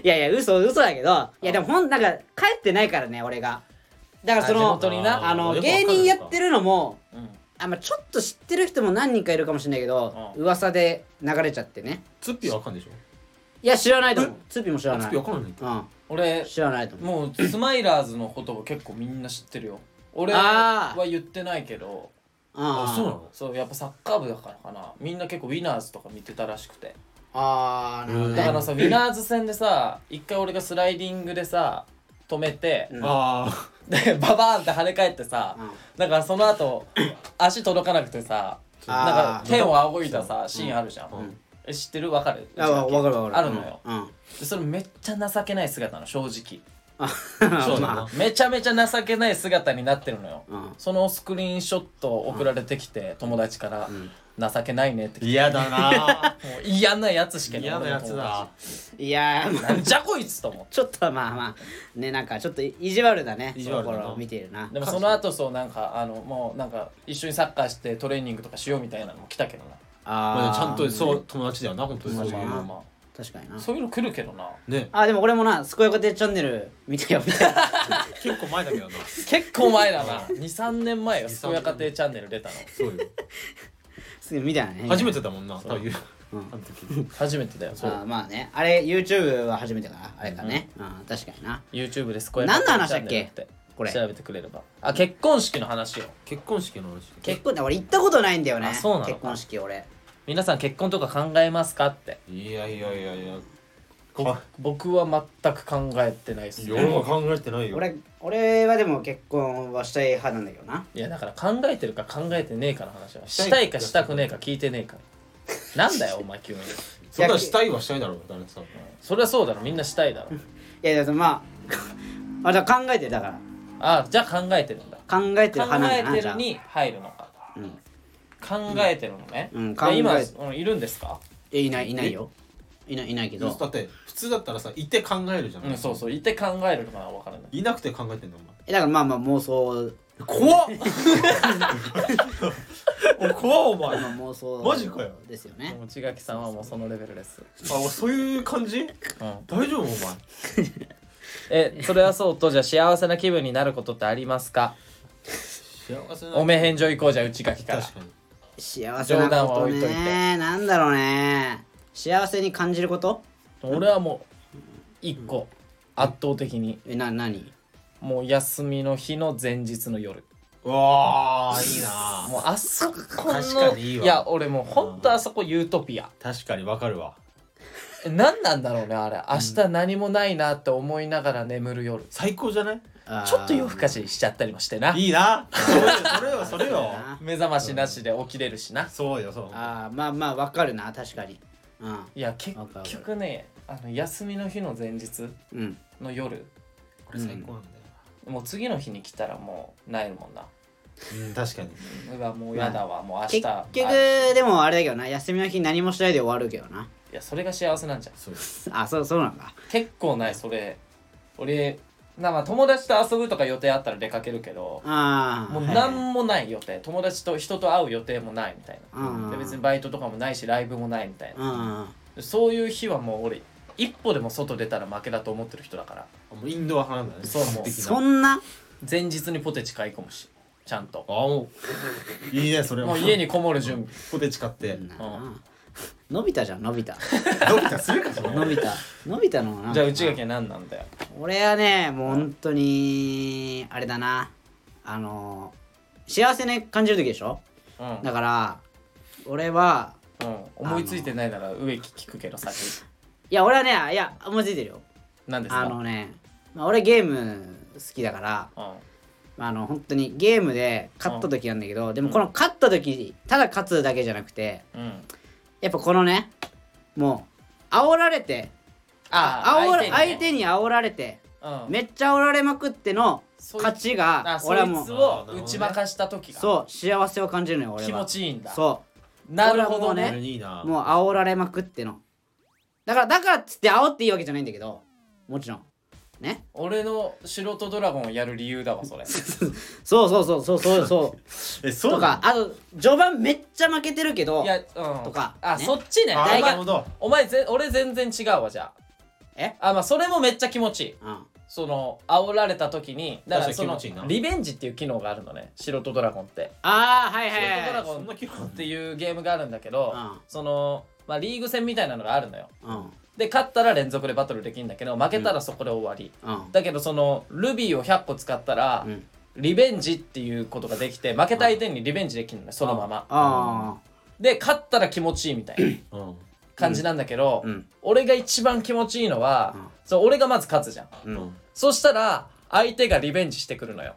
Speaker 1: いやいや嘘嘘だけどいやでもほんなんか帰ってないからね俺がだからそ
Speaker 2: あ
Speaker 1: の
Speaker 2: 地元にな
Speaker 1: あの
Speaker 3: よくわか
Speaker 1: 芸
Speaker 3: る
Speaker 1: 人やってるのも
Speaker 2: うん
Speaker 1: あまあちょっと知ってる人も何人かいるかもしれないけど、
Speaker 2: う
Speaker 1: 噂で流れちゃってね
Speaker 3: ツッピーわかんでしょ
Speaker 1: いや知らないと思うツーピーも知ら
Speaker 3: ツ
Speaker 1: な
Speaker 3: ッ
Speaker 1: い
Speaker 3: ピーわかんない
Speaker 1: うん
Speaker 2: 俺
Speaker 1: 知らないと思う
Speaker 2: もうスマイラーズのことを結構みんな知ってるよ俺
Speaker 1: あー
Speaker 2: は言ってないけど
Speaker 1: あ
Speaker 3: あそうなの
Speaker 2: そうやっぱサッカー部だからかなみんな結構ウィナーズとか見てたらしくて
Speaker 1: あーなるほど
Speaker 2: だから
Speaker 1: ね
Speaker 2: さウィナーズ戦でさ一回俺がスライディングでさ止めて
Speaker 1: うん
Speaker 3: あ
Speaker 2: でババーンって跳ね返ってさ
Speaker 1: うん
Speaker 2: だからその後足届かなくてさ
Speaker 1: あ
Speaker 2: なんか
Speaker 1: ー
Speaker 2: 天を仰いださシーンあるじゃん、
Speaker 3: うん
Speaker 2: え知ってるわかる
Speaker 1: あわわかるわかる
Speaker 2: あるのよ、
Speaker 1: うんうん [LAUGHS]
Speaker 2: でそれめっちゃ情けない姿なの正直
Speaker 1: あ
Speaker 3: あそうだ
Speaker 1: ま
Speaker 3: な
Speaker 2: めちゃめちゃ情けない姿になってるのよ、
Speaker 1: うん
Speaker 2: そのスクリーンショット送られてきて、友達から
Speaker 1: ん
Speaker 2: 「情けないね」って来て
Speaker 3: 嫌だな
Speaker 2: もう嫌なやつしかいない
Speaker 3: 嫌なやつだ
Speaker 1: いやーまあ
Speaker 3: [LAUGHS]
Speaker 2: なんじゃこいつと思っ
Speaker 1: ちょっとまあまあねなんかちょっと意地悪だね
Speaker 3: 意地悪だな
Speaker 1: ところを見ているな
Speaker 2: てでもその後そうなんかあのもうなんか一緒にサッカーしてトレーニングとかしようみたいなのも来たけどな
Speaker 1: あ
Speaker 3: ま
Speaker 1: あ
Speaker 3: あちゃんとそう友達だよな本当に
Speaker 2: ま
Speaker 3: そ
Speaker 2: あ
Speaker 3: うい
Speaker 2: まあまあ
Speaker 3: う
Speaker 2: ま
Speaker 1: 確かにな
Speaker 2: あそういうの来るけどな
Speaker 3: ね
Speaker 1: あでも俺もな「健やかでチャンネル」見てよ
Speaker 2: [LAUGHS]
Speaker 1: みたいな
Speaker 3: 結構前だけどな
Speaker 2: 結構前だな23年前よ「
Speaker 3: 23
Speaker 2: 健やか亭チャンネル」出たの
Speaker 3: そうよ
Speaker 1: すぐ見たいなね
Speaker 3: 初め
Speaker 1: て
Speaker 3: てだもんな多分
Speaker 1: うん
Speaker 3: あの時
Speaker 2: 初めてだよそう
Speaker 1: あまあねあれ YouTube は初めてかなあれかね、うん確かにな
Speaker 2: YouTube で健や
Speaker 1: 何の
Speaker 2: か亭
Speaker 1: 話
Speaker 2: チ
Speaker 1: だ
Speaker 2: ャ
Speaker 1: っ
Speaker 2: ン
Speaker 1: け
Speaker 2: ネルって
Speaker 1: これ
Speaker 2: 調べてくれればあ結婚式の話よ
Speaker 3: 結婚式の話
Speaker 1: 結婚ね俺行ったことないんだよね
Speaker 2: あそうなのか
Speaker 1: 結婚式俺
Speaker 2: 皆さん結婚とか考えますかって
Speaker 3: いやいやいやいや
Speaker 2: 僕僕は全く考えてないです
Speaker 3: 俺も
Speaker 2: ね
Speaker 3: 考えてないよ
Speaker 1: 俺俺はでも結婚はしたい派なんだけどない
Speaker 2: やだから考えてるか考えてねえかの話はしたいかしたくねえか聞いてねえかなんだよお前急に
Speaker 3: そんなしたいはしたいだろうだねさ
Speaker 2: それはそうだろみんなしたいだろ
Speaker 1: いやいやまあ [LAUGHS] あじゃあ考えてるだから
Speaker 2: あじゃあ考えてるんだ
Speaker 1: 考えて
Speaker 2: 考
Speaker 1: る派なん
Speaker 2: え
Speaker 1: だ
Speaker 2: て
Speaker 1: なじゃ
Speaker 2: る
Speaker 1: あ
Speaker 2: に入るのか
Speaker 1: うん
Speaker 2: 考えてるのね、
Speaker 1: うん
Speaker 2: で今
Speaker 1: 考え
Speaker 2: うんいるんですか
Speaker 1: えいないいないよいないいないけど
Speaker 3: だって普通だったらさいて考えるじゃ
Speaker 2: うんんそうそういて考えるのかな分からない
Speaker 3: いなくて考えてんだ
Speaker 1: えだからまあまあ妄想
Speaker 3: 怖っお怖っお前
Speaker 1: ま
Speaker 3: あ
Speaker 1: あ妄想
Speaker 3: マジかよ
Speaker 1: ですよね
Speaker 2: 内垣さんはもうそのレベルです、
Speaker 3: そういう感じ
Speaker 2: うん、
Speaker 3: 大丈夫お前
Speaker 2: えそれはそうとじゃあ幸せな気分になることってありますか
Speaker 3: 幸せな
Speaker 2: おめ返上行こうじゃあ内垣から
Speaker 3: 確かに
Speaker 1: 幸せな
Speaker 2: 冗談は
Speaker 1: こと
Speaker 2: 置いとい
Speaker 1: ね
Speaker 2: て
Speaker 1: なんだろうね幸せに感じること
Speaker 2: 俺はもう一個圧倒的に
Speaker 1: えな何
Speaker 2: もう休みの日の前日の夜
Speaker 3: うわあいいなあ
Speaker 2: もうあそこの
Speaker 3: 確かにいいわ
Speaker 2: や俺もうほんとあそこユートピア
Speaker 3: 確かにわかるわ
Speaker 2: え何なんだろうねあれ明日何もないなって思いながら眠る夜
Speaker 3: 最高じゃない
Speaker 1: あー
Speaker 2: ちょっと夜更かししちゃったりもしてない
Speaker 3: いなそれよそれよそれよ
Speaker 1: あ
Speaker 2: 目覚ましなしで起きれるしな
Speaker 3: そうよそう
Speaker 1: あーまあまあわかるな確かに
Speaker 2: いや結
Speaker 1: わかる
Speaker 2: 局ねあの休みの日の前日
Speaker 1: うんうん
Speaker 2: の夜
Speaker 3: これ最高なんだよ
Speaker 2: もう次の日に来たらもうないもんな
Speaker 3: うん確かに
Speaker 2: うわもうやだわもう明日
Speaker 1: 結
Speaker 2: あ
Speaker 1: 局でもあれだけどな休みの日何もしないで終わるけどない
Speaker 2: やそれが幸せなんじゃん
Speaker 3: そう
Speaker 1: あそうそうなんだ
Speaker 2: 結構ないそれ俺なまあ友達と遊ぶとか予定あったら出かけるけど
Speaker 1: ああ
Speaker 2: もう
Speaker 1: も
Speaker 2: 何もない予定友達と人と会う予定もないみたい
Speaker 1: うん
Speaker 2: なで別にバイトとかもないしライブもないみたいな
Speaker 1: うん
Speaker 2: そういう日はもう俺一歩でも外出たら負けだと思ってる人だから
Speaker 3: もうインドア派なんだね
Speaker 2: そうもう
Speaker 3: 的な
Speaker 1: そんな
Speaker 2: 前日にポテチ買い込むしちゃんと
Speaker 3: あもういいねそれ
Speaker 2: もう家にこもる準備
Speaker 3: ポテチ買って
Speaker 1: なあのび太じゃんのび太
Speaker 3: どうかするかそれ
Speaker 1: のび太のび太のなんか
Speaker 2: じゃあ内垣は何なんだよ
Speaker 1: 俺はねもう本当にあれだなあの幸せね感じる時でしょ
Speaker 2: うん、
Speaker 1: だから俺は
Speaker 2: うん、思いついてないなら植木聞くけど先
Speaker 1: いや俺はねいや思いついてるよ
Speaker 2: 何ですか
Speaker 1: あのね、まあ、俺ゲーム好きだからまああの本当にゲームで勝った時なんだけど、でもこの勝った時ただ勝つだけじゃなくて
Speaker 2: うん、うん、
Speaker 1: やっぱこのねもう煽られて
Speaker 2: あ
Speaker 1: 煽ら
Speaker 2: ね
Speaker 1: 相手に煽られて
Speaker 2: うん
Speaker 1: めっちゃ煽られまくっての
Speaker 2: そうい
Speaker 1: 勝ちが
Speaker 2: あそ
Speaker 1: 俺はいも
Speaker 2: つ
Speaker 1: う
Speaker 2: を打ち負かした時が
Speaker 1: そう幸せを感じるのよ俺は
Speaker 2: 気持ちいいんだ
Speaker 1: そう
Speaker 2: なるほど
Speaker 1: 俺は
Speaker 2: ね
Speaker 1: ね
Speaker 3: いいな
Speaker 1: うもう煽られまくってのだからだからっつって煽っていいわけじゃないんだけどもちろんね
Speaker 2: 俺の素人ドラゴンをやる理由だわそ
Speaker 1: [LAUGHS]
Speaker 2: れ
Speaker 1: そうそうそうそうそうそう
Speaker 3: えそう
Speaker 1: とかあと序盤めっちゃ負けてるけど
Speaker 2: いや、うん、
Speaker 1: とか
Speaker 2: あ、
Speaker 1: ね
Speaker 2: そっちね
Speaker 3: あ
Speaker 2: お前
Speaker 3: なるほど
Speaker 2: お前ぜ俺全然違うわじゃあ
Speaker 1: え
Speaker 2: あまあそれもめっちゃ気持ちいい
Speaker 1: うん、
Speaker 2: その煽られた時にだからその
Speaker 3: 確かに気持ちいいな
Speaker 2: リベンジっていう機能があるのね素人ドラゴンって
Speaker 1: ああはい
Speaker 2: 素
Speaker 1: はい
Speaker 2: 人ドラ
Speaker 1: は
Speaker 2: ゴンっていうゲームがあるんだけど、
Speaker 1: うん
Speaker 2: その、まあ、リーグ戦みたいなのがあるのよ
Speaker 1: いうん
Speaker 2: で勝ったら連続でバトルできるんだけど負けたらそこで終わり、
Speaker 1: うん
Speaker 2: だけどそのルビーを100個使ったら、
Speaker 1: うん
Speaker 2: リベンジっていうことができて負けた相手にリベンジできるのねそのまま
Speaker 1: あ
Speaker 2: で勝ったら気持ちいいみたいな
Speaker 3: うん
Speaker 2: 感じなんだけど、
Speaker 1: うんうん
Speaker 2: 俺が一番気持ちいいのは、
Speaker 1: うん
Speaker 2: そう俺がまず勝つじゃん
Speaker 1: ーうん
Speaker 2: そしたら相手がリベンジしてくるのよ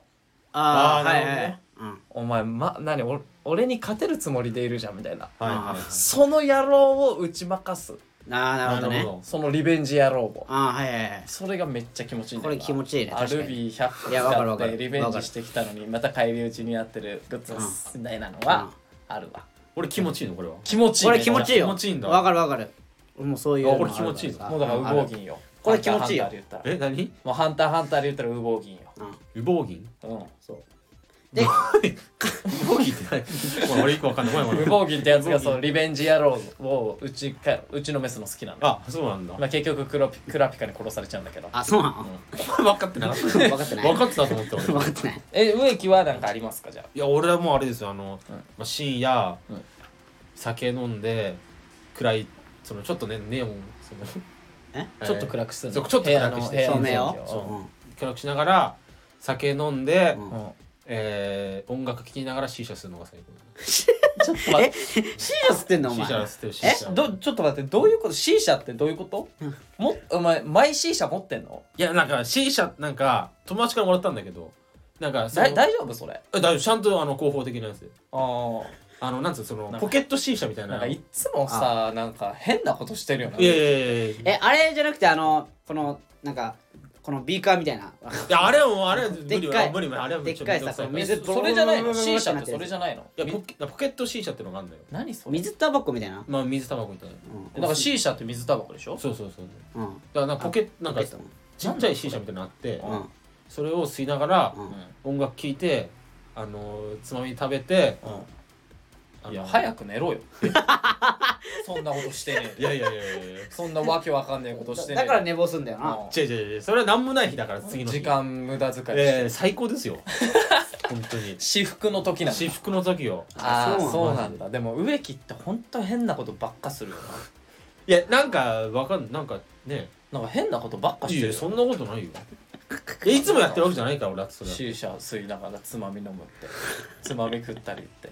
Speaker 1: あ
Speaker 3: あー
Speaker 1: ーはい
Speaker 3: な
Speaker 1: はい
Speaker 3: る
Speaker 1: うん
Speaker 2: お前ま何俺俺に勝てるつもりでいるじゃんみたいな
Speaker 3: はいはいは
Speaker 2: その野郎を打ち負かす
Speaker 1: ああなるほど
Speaker 3: な
Speaker 1: ね
Speaker 3: るほど
Speaker 2: そのリベンジ野郎を
Speaker 1: ああはいはいはい
Speaker 2: それがめっちゃ気持ちいいんだ
Speaker 1: これ気持
Speaker 2: ち
Speaker 1: ちいいね確かに
Speaker 2: ルビー100個
Speaker 1: いやわかる
Speaker 2: 使
Speaker 1: わ
Speaker 2: っ
Speaker 1: かる
Speaker 2: てリベンジしてきたのにまた返り討ちになってるグッズみたいなの
Speaker 1: う
Speaker 2: は
Speaker 1: ん
Speaker 2: あるわ
Speaker 3: 俺気持ちいいのこれは
Speaker 2: 気持ちいい
Speaker 1: こ
Speaker 2: ね
Speaker 1: れ気持ちいいよ
Speaker 3: 気持ちいいんだ
Speaker 1: わかるわかる俺もうそういうの
Speaker 3: あ俺気持ちいい
Speaker 1: あるから
Speaker 2: もうだから
Speaker 1: あ
Speaker 2: 羽
Speaker 1: る
Speaker 2: 毛銀よ
Speaker 1: これ気持ちいいよ
Speaker 2: ハンターハンターで言ったら
Speaker 3: え何
Speaker 2: もうハンターハンターで言ったら羽毛銀よ
Speaker 1: うん
Speaker 3: 羽毛銀
Speaker 2: うん
Speaker 1: そうで
Speaker 3: 羽毛銀って何 [LAUGHS] 俺俺一個わかんないごめんご
Speaker 2: 無
Speaker 3: めん
Speaker 2: 防銀ってやつがそのリベンジ野郎をうちかうちのメスの好きなの、
Speaker 3: あそうなんだ
Speaker 2: まあ、結局クロピクラピカに殺されちゃうんだけど
Speaker 1: あそうなの [LAUGHS]
Speaker 3: 分かってなかった
Speaker 1: 分かってない
Speaker 3: [LAUGHS] 分かってたと思って俺
Speaker 1: 分かってない
Speaker 2: え植木は何かありますかじゃあ
Speaker 3: いや俺はもうあれですよあの、
Speaker 2: うん
Speaker 3: まあ、深夜、
Speaker 2: うん
Speaker 3: 酒飲んで暗いそのちょっとねネオンその [LAUGHS]
Speaker 1: え
Speaker 2: ちょっと暗くする
Speaker 3: そうちょっと暗くして
Speaker 2: 部屋の
Speaker 1: 照明を
Speaker 2: 部屋の
Speaker 3: そう
Speaker 2: を
Speaker 1: ん
Speaker 3: 暗くしながら酒飲んで、
Speaker 1: うん
Speaker 2: うん
Speaker 3: えー音楽聴きながら C 社するのが最高
Speaker 2: ちょっと待って
Speaker 1: シーラ吸ってんのお
Speaker 3: C
Speaker 1: 前
Speaker 3: 社吸ってる C 社
Speaker 2: どちょっと待ってどういうこと C 社ってどういうこともお前マイ C 社持ってんの
Speaker 3: いやなんか C 社なんか友達からもらったんだけどなんかその
Speaker 2: だ大丈夫それ
Speaker 3: え大丈夫ちゃんとあの広報的なやつ
Speaker 2: あー
Speaker 3: あのなんつうのその
Speaker 2: なんか
Speaker 3: ポケット C 社みたいな
Speaker 2: なんかいつもさなんか変なことしてるよない
Speaker 3: やいやいやいや
Speaker 1: えあれじゃなくてあのこのなんかこのビーカーみたいない
Speaker 3: やあれはもうあれは無理
Speaker 1: でっかい
Speaker 3: 無理無理あれは無理
Speaker 1: でっかいさ
Speaker 3: ちょっとめんどく
Speaker 1: 水
Speaker 3: さ
Speaker 2: えそれじゃないの C 社っ
Speaker 1: ってて
Speaker 2: それじゃないの
Speaker 3: いやポケポケット C 社ってのがあるんだよ
Speaker 2: 何それ
Speaker 1: 水タバコみたいな
Speaker 3: まあ水タバコみたいな
Speaker 1: うん
Speaker 2: だから C 社って水タバコでしょ
Speaker 3: そうそうそう
Speaker 1: うん
Speaker 3: だからなんかポケットなん
Speaker 1: ポ
Speaker 3: か
Speaker 1: ケット
Speaker 3: ちっちゃい C 社みたいなのあって
Speaker 1: うん
Speaker 3: それを吸いながら
Speaker 1: うん
Speaker 2: うん
Speaker 3: 音楽聴いてあのつまみ食べてあの
Speaker 2: いや早く寝ろよそんなことしてね
Speaker 3: い
Speaker 2: え
Speaker 3: やいやいやいやいや
Speaker 2: そんなわけわかんないことしてね
Speaker 1: だ
Speaker 2: え
Speaker 1: から寝坊すんだよな、
Speaker 2: うん
Speaker 3: 違う違う違うそれは何もない日だから次の日
Speaker 2: 時間無駄遣いして、
Speaker 3: ええ最高です [LAUGHS] よ本当 [LAUGHS] に
Speaker 2: 私服の時なんだ
Speaker 3: 私服の時よ
Speaker 2: ああ
Speaker 1: そ
Speaker 2: そうう
Speaker 1: な
Speaker 2: なんんだでも植木ってほんと変なことばっかするよ
Speaker 3: いやなんかわかんなんかね
Speaker 2: ななんか変なことばっかし
Speaker 3: い
Speaker 2: て
Speaker 3: や
Speaker 2: る
Speaker 3: そ
Speaker 2: よ
Speaker 3: んなことないよいやいつもやってるわけじゃないから俺だってそれは
Speaker 2: シューシャー吸いながらつまみ飲むってつまみ食ったりって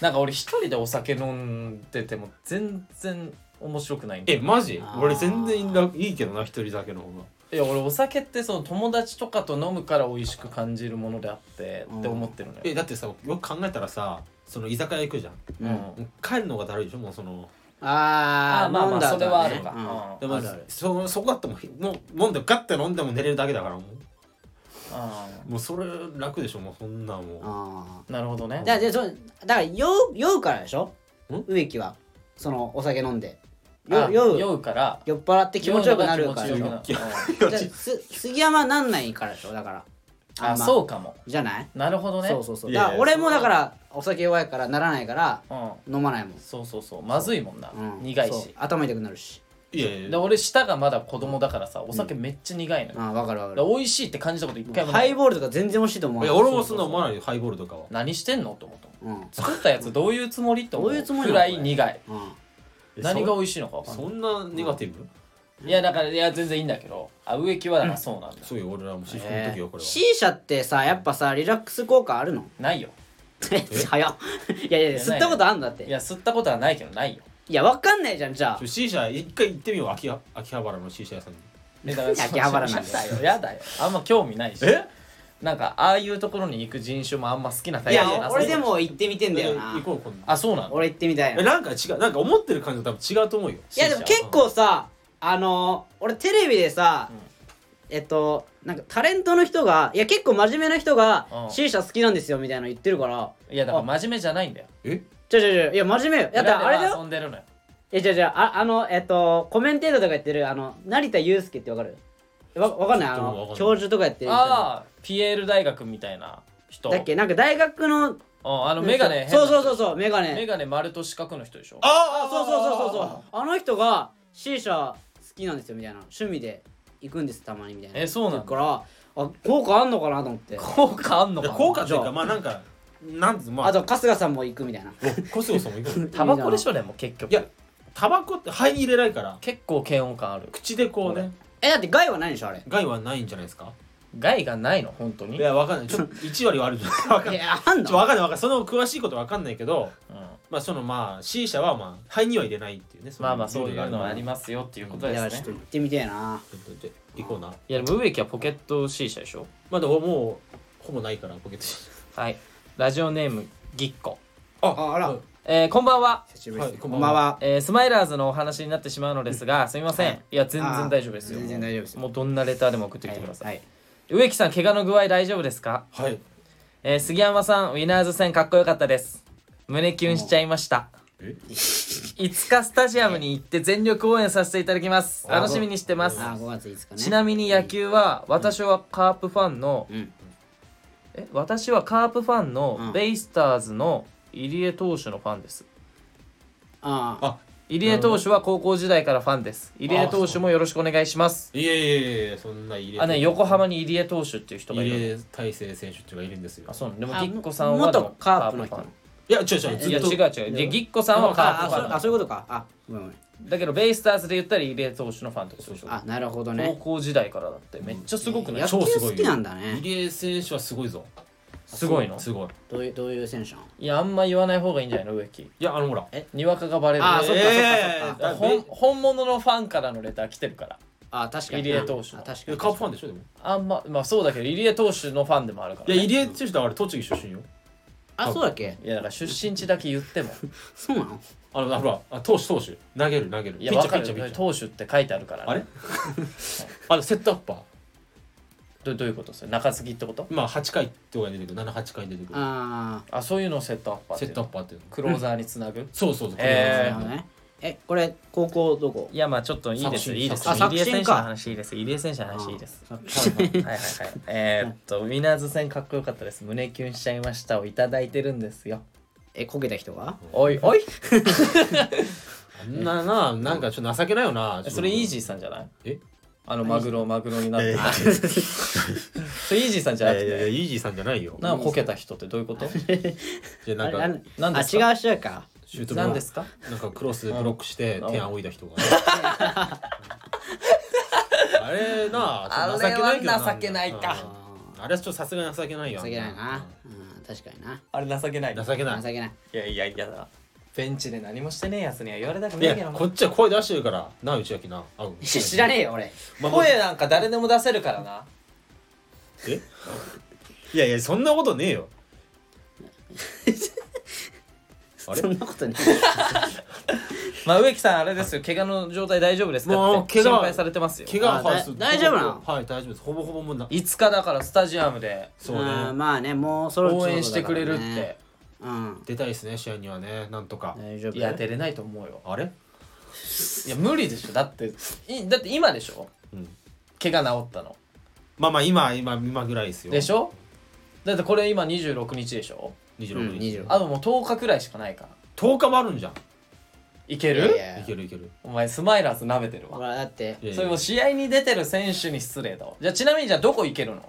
Speaker 2: なんか俺一人でお酒飲んでても全然面白くないんだ
Speaker 3: え
Speaker 2: よ
Speaker 3: マジ
Speaker 1: あー
Speaker 3: 俺全然楽いいけどな一人だけの方が
Speaker 2: いや俺お酒ってその友達とかと飲むから美味しく感じるものであって
Speaker 1: うん
Speaker 2: って思ってるのよ、
Speaker 3: えだってさよく考えたらさその居酒屋行くじゃん
Speaker 1: う
Speaker 2: うん
Speaker 1: ん、
Speaker 2: あ
Speaker 3: もう帰るのがだるいでしょもうその
Speaker 1: あ
Speaker 2: あ
Speaker 1: ー
Speaker 2: まあ
Speaker 1: 飲ん
Speaker 2: まあ
Speaker 1: だ
Speaker 2: そ
Speaker 1: 後
Speaker 2: れ
Speaker 1: だ
Speaker 2: はあ
Speaker 1: ね
Speaker 2: るか、
Speaker 1: うん
Speaker 2: うん
Speaker 3: でも
Speaker 1: あるある
Speaker 3: そそこだってもうもう飲んでガッて飲んでも寝れるだけだからもう
Speaker 2: う
Speaker 3: もうそれ楽でしょもうそんなも
Speaker 1: あ
Speaker 2: んなるほどね
Speaker 1: ーじゃあじゃあそうだから酔う酔うからでしょ
Speaker 3: ん
Speaker 1: 植木はそのお酒飲んで
Speaker 2: あ
Speaker 1: 酔酔う
Speaker 2: 酔うから
Speaker 1: 酔っ払って気持ちよくなるから
Speaker 2: 酔
Speaker 1: で
Speaker 2: う
Speaker 1: し
Speaker 2: の
Speaker 1: ょ
Speaker 2: が気持ちよくなる
Speaker 3: ういや
Speaker 1: じゃあす杉山なんないからでしょだから
Speaker 2: うんあ
Speaker 1: んま
Speaker 2: そうかも
Speaker 1: じゃない
Speaker 2: なるほどね
Speaker 1: そうそうそう
Speaker 3: い
Speaker 1: だ
Speaker 3: やいや
Speaker 1: から俺も
Speaker 3: そ
Speaker 1: だ
Speaker 3: う
Speaker 1: からお酒弱いからならないから
Speaker 2: うん
Speaker 1: 飲まないもん
Speaker 2: そうそうそうまずいもんな、
Speaker 1: うん
Speaker 2: 苦い
Speaker 1: そう
Speaker 2: し
Speaker 1: 頭痛くなるし
Speaker 3: いやいや
Speaker 2: で俺舌がまだ子供だからさお酒めっちゃ苦いのよ、
Speaker 1: あ分かる分
Speaker 2: だ
Speaker 1: か
Speaker 2: か
Speaker 1: る
Speaker 2: ら美味しいって感じたこと一回もな
Speaker 1: ハ
Speaker 2: い
Speaker 1: イボールとか全然美味しいと思う
Speaker 3: いや俺もそんな思わないよハイボールとかは
Speaker 2: 何してんのと思ったもん
Speaker 1: うんうん
Speaker 2: 作ったやつどういうつもりって思う
Speaker 1: どういうつもりな
Speaker 2: く
Speaker 1: の
Speaker 2: らい苦い
Speaker 3: え
Speaker 2: 何が美味しいのかわか
Speaker 3: そ
Speaker 2: んない
Speaker 3: そんなネガティブ
Speaker 2: いやだからいや全然いいんだけどあ植木はだからそうなんだ、
Speaker 3: そうよ俺らも私服の
Speaker 1: え
Speaker 3: 時よこ
Speaker 1: ー
Speaker 3: れは
Speaker 1: C 社ってさやっぱさリラックス効果あるの
Speaker 2: ないよ
Speaker 1: え [LAUGHS] 早っいやいやいや吸ったことあんだっ
Speaker 2: い
Speaker 1: て
Speaker 2: や吸ったことはないけどないよ
Speaker 1: いやわかんないじゃんじゃあ
Speaker 3: ちょ C 社一回行ってみよう秋葉秋葉原の C 社屋さんに
Speaker 1: [LAUGHS]
Speaker 2: えだからそう
Speaker 1: 秋葉原なんだ
Speaker 2: やだよやだよあんま興味ないし
Speaker 3: え
Speaker 2: なんかああいうところに行く人種もあんま好きなタ
Speaker 1: い
Speaker 2: イプじゃな
Speaker 1: や
Speaker 2: さそう
Speaker 1: 俺でも行ってみてんだよ
Speaker 3: 行
Speaker 1: な
Speaker 3: こう今度
Speaker 2: あそうなんだ
Speaker 1: 俺行ってみたいな
Speaker 3: えなんか違うなんか思ってる感じと多分違うと思うよ
Speaker 1: いやでも結構さあのー俺テレビでさ、
Speaker 2: うん
Speaker 1: えっとなんかタレントの人がいや結構真面目な人が
Speaker 2: うん
Speaker 1: C 社好きなんですよみたいなの言ってるから
Speaker 2: いやだから真面目じゃないんだよ
Speaker 3: え
Speaker 1: ちょちょちょいや真面目よいやだからあれだ
Speaker 2: 裏では
Speaker 1: よ
Speaker 2: 遊んでるのよ
Speaker 1: いやじゃじゃああのえっとコメンテーターとかやってるあの成田悠介ってわかるわわかんないあ
Speaker 3: ちょっとわかん
Speaker 1: の
Speaker 3: ない
Speaker 1: 教授とかやってる人
Speaker 2: ああピエール大学みたいな人
Speaker 1: だっけなんか大学の
Speaker 2: うんあのメガネ
Speaker 1: そうそうそううそうメガネ
Speaker 2: メガネ丸と四角の人でしょ
Speaker 1: あ
Speaker 3: あ
Speaker 1: そうそうそうそうそうあの人が C 社好きなんですよみたいな趣味で行くんですたまにみたいな
Speaker 2: えそうなん
Speaker 1: だか
Speaker 2: だ
Speaker 1: らあ効果あんのかなと思
Speaker 2: [LAUGHS]
Speaker 1: って
Speaker 2: 効果あんのかな
Speaker 3: 効果っていうかまあなんかなんつうま
Speaker 1: あと春日さんも行くみ
Speaker 2: [LAUGHS]
Speaker 1: たいな
Speaker 3: おコスオさんも行くの
Speaker 2: タバコでしょでも結局
Speaker 3: いやタバコって肺に入れないから
Speaker 2: 結構嫌悪感ある
Speaker 3: 口でこうね
Speaker 1: えだって害はないでしょあれ
Speaker 3: 害はないんじゃないですか
Speaker 2: 害がないの本当に
Speaker 3: いやわかんないちょ
Speaker 2: [LAUGHS]
Speaker 3: っと1割はあるんじゃないわかん
Speaker 1: い
Speaker 3: ない
Speaker 1: やあん
Speaker 3: ちょ
Speaker 1: の
Speaker 3: わかんないわかんないその詳しいことわかんないけど
Speaker 2: うん
Speaker 3: まあそのまあ C 社はまあ肺には入れないっていうね
Speaker 2: まあまあそういうのはあり
Speaker 3: ま
Speaker 2: ますよっていうこと
Speaker 1: い
Speaker 2: で
Speaker 1: や
Speaker 2: す
Speaker 1: ちょっと
Speaker 2: ね
Speaker 1: 行ってみてえな
Speaker 3: す行こうない
Speaker 2: やでも植木はポケット C 社でしょ
Speaker 3: まあでももうほぼないからポケット
Speaker 2: はいラジオネームぎっこ
Speaker 1: ああら
Speaker 3: はい
Speaker 2: えーこんばんは
Speaker 1: 久しぶりです
Speaker 3: はい
Speaker 1: こ
Speaker 3: こ
Speaker 1: ん
Speaker 3: ん
Speaker 1: ば
Speaker 3: ば
Speaker 1: ん
Speaker 3: んは
Speaker 1: は
Speaker 2: えースマイラーズのお話になってしまうのですが、すみません、
Speaker 1: はい
Speaker 2: い、や全然大丈夫ですよ
Speaker 1: 全然大丈夫ですよ
Speaker 2: もうどんなレターでも送ってきてください、
Speaker 1: はい
Speaker 2: 植木さん怪我の具合大丈夫ですか、
Speaker 3: はい
Speaker 2: えー杉山さんウィナーズ戦かっこよかったです胸キュンしちゃいました
Speaker 3: え
Speaker 2: いつかスタジアムに行って全力応援させていただきます
Speaker 1: あ
Speaker 2: 楽しみにしてます
Speaker 1: あ5月5日ね
Speaker 2: ちなみに野球は私はカープファンの、
Speaker 1: うん
Speaker 2: え私はカープファン
Speaker 1: うん
Speaker 2: のベイスターズの入江投手のファンです
Speaker 1: ああ
Speaker 3: あ
Speaker 2: 入江投手は高校時代からファンです入江投手もよろしくお願いします
Speaker 3: いえいえいえそんな入れ
Speaker 2: あね横浜に入江投手っていう人がい
Speaker 3: 入
Speaker 2: る
Speaker 3: れ大勢選手っていうのがいるんですよ
Speaker 2: あそうなのでも
Speaker 1: あ
Speaker 2: ぎっこさんはでも
Speaker 1: 元カープの人
Speaker 2: カ
Speaker 1: あ
Speaker 3: いや違う違うず
Speaker 2: いや
Speaker 3: っと
Speaker 2: 違う違うでぎっこさんはカー
Speaker 1: あ
Speaker 2: プファン
Speaker 1: そあそういうことかあごめんごめん
Speaker 2: だけどベイスターズで言ったら入江投手のファンってことでしょ
Speaker 1: あなるほど
Speaker 2: 高
Speaker 1: ね
Speaker 2: 校時代からだってめっちゃすごくない
Speaker 1: 野
Speaker 3: 超
Speaker 1: 球
Speaker 3: すごい
Speaker 1: 好きなんだね
Speaker 3: 入江選手はすごいぞ
Speaker 2: すごいの
Speaker 3: すごい
Speaker 1: どういうどういう選手なの
Speaker 2: いやあんま言わない方がいいんじゃないの植木
Speaker 3: いやあのほら
Speaker 2: にわかがバレる
Speaker 1: あそっかそっ
Speaker 3: え
Speaker 1: かそっ
Speaker 3: ー
Speaker 1: か
Speaker 3: だ
Speaker 2: 本本物のファンからのレター来てるから
Speaker 1: あ確かに
Speaker 2: 入江投手
Speaker 1: あ
Speaker 2: の
Speaker 1: 確
Speaker 3: い
Speaker 1: か
Speaker 3: や
Speaker 1: に
Speaker 3: カープファンでしょでも
Speaker 2: あんままあそうだけど入江投手のファンでもあるから
Speaker 3: い
Speaker 2: ね、
Speaker 3: や入江選手だから栃木出身よ
Speaker 1: あそうだっけ
Speaker 2: いやだから出身地だけ言っ
Speaker 3: [LAUGHS]
Speaker 2: ても
Speaker 1: そうなの
Speaker 3: あのほらあ投手投手投げる投げる
Speaker 2: い
Speaker 3: ピッ
Speaker 2: や
Speaker 3: チ
Speaker 2: わ
Speaker 3: ャーピ
Speaker 2: か
Speaker 3: ッ
Speaker 2: る
Speaker 3: チャー
Speaker 2: よ
Speaker 3: ピッチャ
Speaker 2: 投手
Speaker 3: ー
Speaker 2: って書いてあるからね、
Speaker 3: あれ [LAUGHS] あとセットアッパー
Speaker 2: どどういうことそれ中継ぎってこと
Speaker 3: まあ8回とかに出てくる78回に出てくる
Speaker 1: あ
Speaker 2: あそういうのをセットアッパーっ
Speaker 3: セ
Speaker 2: ていう
Speaker 3: ットア
Speaker 2: の
Speaker 3: ッパーっていうの
Speaker 2: クローザーにつなぐ
Speaker 3: そうそうそう
Speaker 1: あ
Speaker 2: え
Speaker 1: なる
Speaker 2: ー
Speaker 1: ほどねえこれ高校どこ
Speaker 2: いやまあちょっといいです
Speaker 4: 作品
Speaker 2: いいです
Speaker 1: あ作
Speaker 2: 入江
Speaker 1: 品
Speaker 2: 選手の
Speaker 1: か
Speaker 2: 話いいです入江選手の話いいです
Speaker 1: あー [LAUGHS]
Speaker 2: はいはいはいえーっとウィナーズ戦かっこよかったです胸キュンしちゃいましたをいただいてるんですよ
Speaker 1: えこけた人が
Speaker 2: おいおい
Speaker 3: あんなななんかちょっと情けないよな
Speaker 2: それイージ
Speaker 3: ー
Speaker 2: ーさんじゃない
Speaker 3: え
Speaker 2: あのマグロマグロになっ
Speaker 3: いや
Speaker 2: て
Speaker 3: い
Speaker 2: た [LAUGHS] それイージーさんじゃなく
Speaker 3: やいや
Speaker 2: て
Speaker 3: イージーさんじゃないよ
Speaker 2: なんかこけた人ってどういうこと
Speaker 1: あ
Speaker 3: じゃあなん
Speaker 1: れあ
Speaker 3: か
Speaker 1: れ
Speaker 2: なん
Speaker 1: あ
Speaker 2: です
Speaker 1: 違
Speaker 2: か
Speaker 1: う人か
Speaker 3: シュートブロ
Speaker 2: 何
Speaker 3: ッ
Speaker 2: で
Speaker 3: ク
Speaker 2: すか
Speaker 3: なんかクロスでブロックして
Speaker 2: うん
Speaker 3: 手仰いだ人があれなあちょっとけ
Speaker 2: あれは情けないか
Speaker 3: うんあれはちょっとさすがに情けないよ
Speaker 1: 情けないな、うん、確かにな
Speaker 2: あれ情けない
Speaker 3: 情けない
Speaker 1: 情けない
Speaker 2: いやいやいやだベンチで何もしてねえやつには言われたく
Speaker 3: い
Speaker 2: ねえけ
Speaker 3: や
Speaker 2: ど
Speaker 3: こっちは声出してるからな内垣なあうん
Speaker 1: 知らねえよ俺
Speaker 3: まあ
Speaker 2: 声なんか誰でも出せるからな
Speaker 3: えいやいやそんなことねえよあれ
Speaker 1: そんなことない
Speaker 2: まあ植木さんあれですよ怪我の状態大丈夫ですか
Speaker 3: もう
Speaker 2: って
Speaker 3: 怪
Speaker 2: 心
Speaker 3: 我
Speaker 2: 配されてますよ
Speaker 3: 怪我
Speaker 1: あ
Speaker 3: は
Speaker 1: だ
Speaker 3: そう
Speaker 1: 大丈夫なの
Speaker 3: ほぼほぼはい大丈夫ですほぼほぼもうな
Speaker 2: 5日だからスタジアムで
Speaker 3: そう
Speaker 1: あー
Speaker 3: ね
Speaker 1: まあねもうそろそろ
Speaker 2: 応
Speaker 1: だからね
Speaker 2: 援してくれるって
Speaker 1: うん
Speaker 3: 出たいですね試合にはねなんとか
Speaker 1: 大丈夫
Speaker 2: いや出れないと思うよ
Speaker 3: あれ
Speaker 2: いや無理でしょだっていだって今でしょ
Speaker 3: うん
Speaker 2: 怪我治ったの
Speaker 3: まあまあ今今今ぐらいですよ
Speaker 2: でしょだってこれ今26日でしょ
Speaker 3: 26日
Speaker 1: うん26
Speaker 2: あともう10日くらいしかないから
Speaker 3: 10日もあるんじゃん
Speaker 2: いけ
Speaker 1: いやい
Speaker 2: る
Speaker 1: や
Speaker 3: いけるいける
Speaker 2: お前スマイラーズ舐めてる
Speaker 1: ほ
Speaker 2: わ
Speaker 1: らだって
Speaker 3: いやいや
Speaker 2: それもう試合に出てる選手に失礼だわじゃあちなみにじゃあどこ行けるの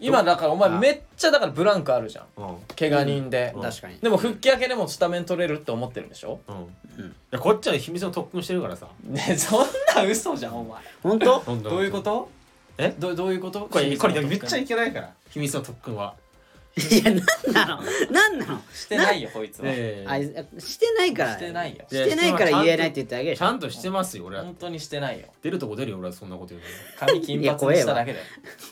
Speaker 2: 今だからお前
Speaker 1: あ
Speaker 2: めっちゃだからブランクあるじゃん
Speaker 3: うん
Speaker 2: 怪我人で、
Speaker 3: うん
Speaker 1: 確かに
Speaker 2: でも復帰明けでもスタメン取れるって思ってるんでしょ、
Speaker 3: うん、いやこっちは秘密の特訓してるからさ
Speaker 2: ねそんな嘘じゃんお前
Speaker 1: 本当
Speaker 3: ど
Speaker 2: どういうこと
Speaker 3: え
Speaker 2: どどういうこと
Speaker 3: これこれめっちゃい
Speaker 2: い
Speaker 3: けないから秘密の特訓はい
Speaker 1: やなんなのなんなの
Speaker 2: してないよこいつは、
Speaker 3: え
Speaker 1: あいしてないから
Speaker 2: してないよ
Speaker 1: してないから言えないって言っただけで
Speaker 3: え
Speaker 1: し
Speaker 3: ち
Speaker 1: ょ
Speaker 3: ゃんとしてますよ俺は
Speaker 2: 本当にしてないよ
Speaker 3: 出るとこ出るよ俺はそんなこと言う
Speaker 2: 髪金
Speaker 1: いや
Speaker 2: 髪
Speaker 1: 怖
Speaker 2: に
Speaker 1: え
Speaker 2: し
Speaker 1: わ
Speaker 2: ただけだよ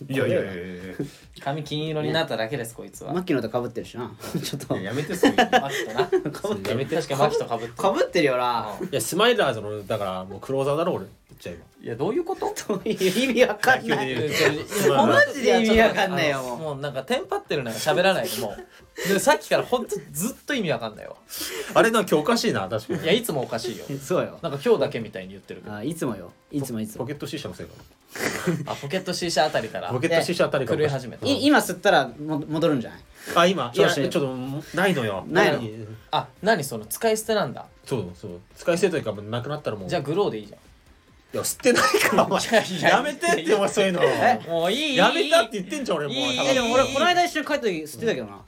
Speaker 3: のいやいやいやいやい
Speaker 2: 髪金色になっただけですこいつは
Speaker 1: マッキーのとかぶってるし [LAUGHS] なちょっと
Speaker 3: ややめてそういうの
Speaker 2: マキとな確
Speaker 1: かぶって
Speaker 3: やめて
Speaker 2: かにマキとかぶって
Speaker 1: かぶってるよない
Speaker 3: やスマイラーズのだからもうクローザーだろ俺言っちゃえば
Speaker 2: いやどういうこと
Speaker 1: そういう意味わかんな
Speaker 3: 野球
Speaker 1: い
Speaker 3: で言う
Speaker 1: や
Speaker 2: マ
Speaker 1: マ
Speaker 2: ジ
Speaker 1: ジ
Speaker 2: で
Speaker 1: で
Speaker 2: 意
Speaker 1: 意
Speaker 2: 味
Speaker 1: 味
Speaker 2: わ
Speaker 1: わ
Speaker 2: か
Speaker 1: か
Speaker 2: ん
Speaker 1: ん
Speaker 2: な
Speaker 1: ないい
Speaker 2: よ
Speaker 1: よ
Speaker 2: もう
Speaker 1: もう
Speaker 2: なんかテンパってるなんか喋らないでもうでさっきからほんとずっと意味わかんないわ
Speaker 3: あれなんか今日おかしいな確かに
Speaker 2: いやいつもおかしいよ
Speaker 1: そうよ
Speaker 2: なんか今日だけみたいに言ってるけど
Speaker 1: あいつもよいつもいつ
Speaker 3: ポ
Speaker 1: も
Speaker 3: ケット C 社のせいか
Speaker 2: あポケット C 社あたりから
Speaker 3: ポケット C 社あたりから
Speaker 2: 狂い始めた
Speaker 1: い今吸ったらも戻るんじゃない
Speaker 3: あ今いや
Speaker 1: 調子
Speaker 3: ちょっともうないのよ
Speaker 1: ないの
Speaker 2: あ何その使い捨てなんだ
Speaker 3: そうそう使い捨てというかもうなくなったらもう
Speaker 2: じゃあグローでいいじ
Speaker 3: いや吸ってないからお前
Speaker 2: いやいや
Speaker 3: やめてってお前そういうの
Speaker 2: ゃんもういい
Speaker 3: やめたって言ってんじゃん俺もう
Speaker 2: いい
Speaker 3: 頭
Speaker 1: えでも俺この間一緒に帰った時吸ってたけどな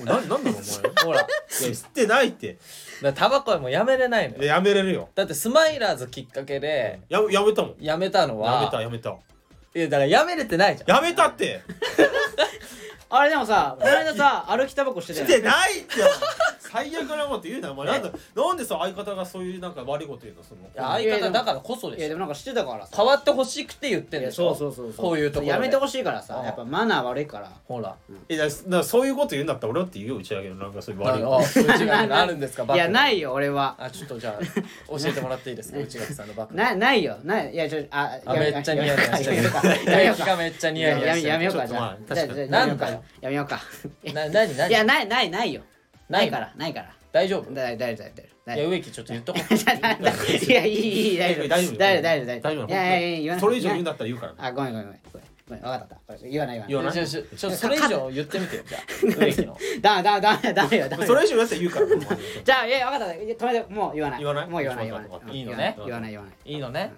Speaker 3: おいなんなんなのお前
Speaker 2: ほらだか
Speaker 3: 吸ってないって
Speaker 2: らタバコはもうやめれないのよ
Speaker 3: やめれるよ
Speaker 2: だってスマイラーズきっかけで
Speaker 3: ややめたもん
Speaker 2: やめたのは
Speaker 3: やめたやめた
Speaker 2: いやだからやめれてないじゃん
Speaker 3: やめたって
Speaker 1: あれでもさこの間さ歩きタバコしてた
Speaker 3: し
Speaker 1: よ
Speaker 3: て
Speaker 1: ね
Speaker 3: ないって最悪なこと言うなお前なんだなんでさ相方がそういうなんか悪いこと言うのその
Speaker 2: いや相方だからこそで
Speaker 1: いや
Speaker 2: し
Speaker 1: で
Speaker 2: ょ
Speaker 1: もなんかしてたからさ
Speaker 2: 変わってほしくて言って
Speaker 1: い
Speaker 2: んで
Speaker 1: や
Speaker 2: しょ
Speaker 1: そうそうそうそ
Speaker 2: こういうところで
Speaker 1: やめてほしいからさ
Speaker 2: うん
Speaker 1: やっぱマナー悪いから
Speaker 2: ほら
Speaker 3: えだからそういうこと言うんだったら俺だって言うようちだけどなんかそういう悪い
Speaker 2: ああそういう違いがあるんですかバッ
Speaker 1: い
Speaker 2: グ
Speaker 1: やないよ俺は
Speaker 2: あちょっとじゃあ教えてもらっていいですか内垣さんのバッグ
Speaker 1: なないよないいやちょあ
Speaker 2: あ
Speaker 1: や
Speaker 2: めっちゃニヤニヤしてる
Speaker 1: やめよ
Speaker 2: 植
Speaker 1: う
Speaker 2: 木
Speaker 1: か
Speaker 2: がめっちゃニ
Speaker 1: や
Speaker 2: ヤ
Speaker 1: め
Speaker 2: ニヤして
Speaker 1: やめようか
Speaker 3: ち
Speaker 1: じ
Speaker 3: ょっと
Speaker 1: ゃ
Speaker 3: ま
Speaker 1: あ
Speaker 3: あ確かに
Speaker 1: じゃあじゃあ
Speaker 2: なんだよ
Speaker 1: やめようか
Speaker 2: るな何何
Speaker 1: いやないないないよ
Speaker 2: な
Speaker 1: ないいからないから
Speaker 2: 大丈夫い
Speaker 1: 大丈夫大丈夫大
Speaker 2: や
Speaker 1: 丈夫
Speaker 2: 植木ちょっと言っとこう
Speaker 1: いやいいいい大丈夫
Speaker 3: 大丈夫
Speaker 1: 大丈夫大丈夫
Speaker 3: 大丈夫
Speaker 1: いやいやいや言わない
Speaker 3: それ以上言うんだったら言うから
Speaker 1: あごめんごめんごめんごめんごめんわかったわかった言わない言
Speaker 3: 言
Speaker 1: わ
Speaker 3: わ
Speaker 1: ない
Speaker 3: ない
Speaker 2: ちょちょちょそれ以上言ってみてよじゃあ植木の
Speaker 1: ダメダメダメダメよダメよ
Speaker 3: それ以上やったら言うからお前
Speaker 1: [LAUGHS] じゃあいやわかったいや止めてもう言わない
Speaker 3: 言わない
Speaker 1: もう言わない言わ
Speaker 3: わかった
Speaker 1: ない
Speaker 2: いいのね
Speaker 1: 言わない言わない
Speaker 2: いいのね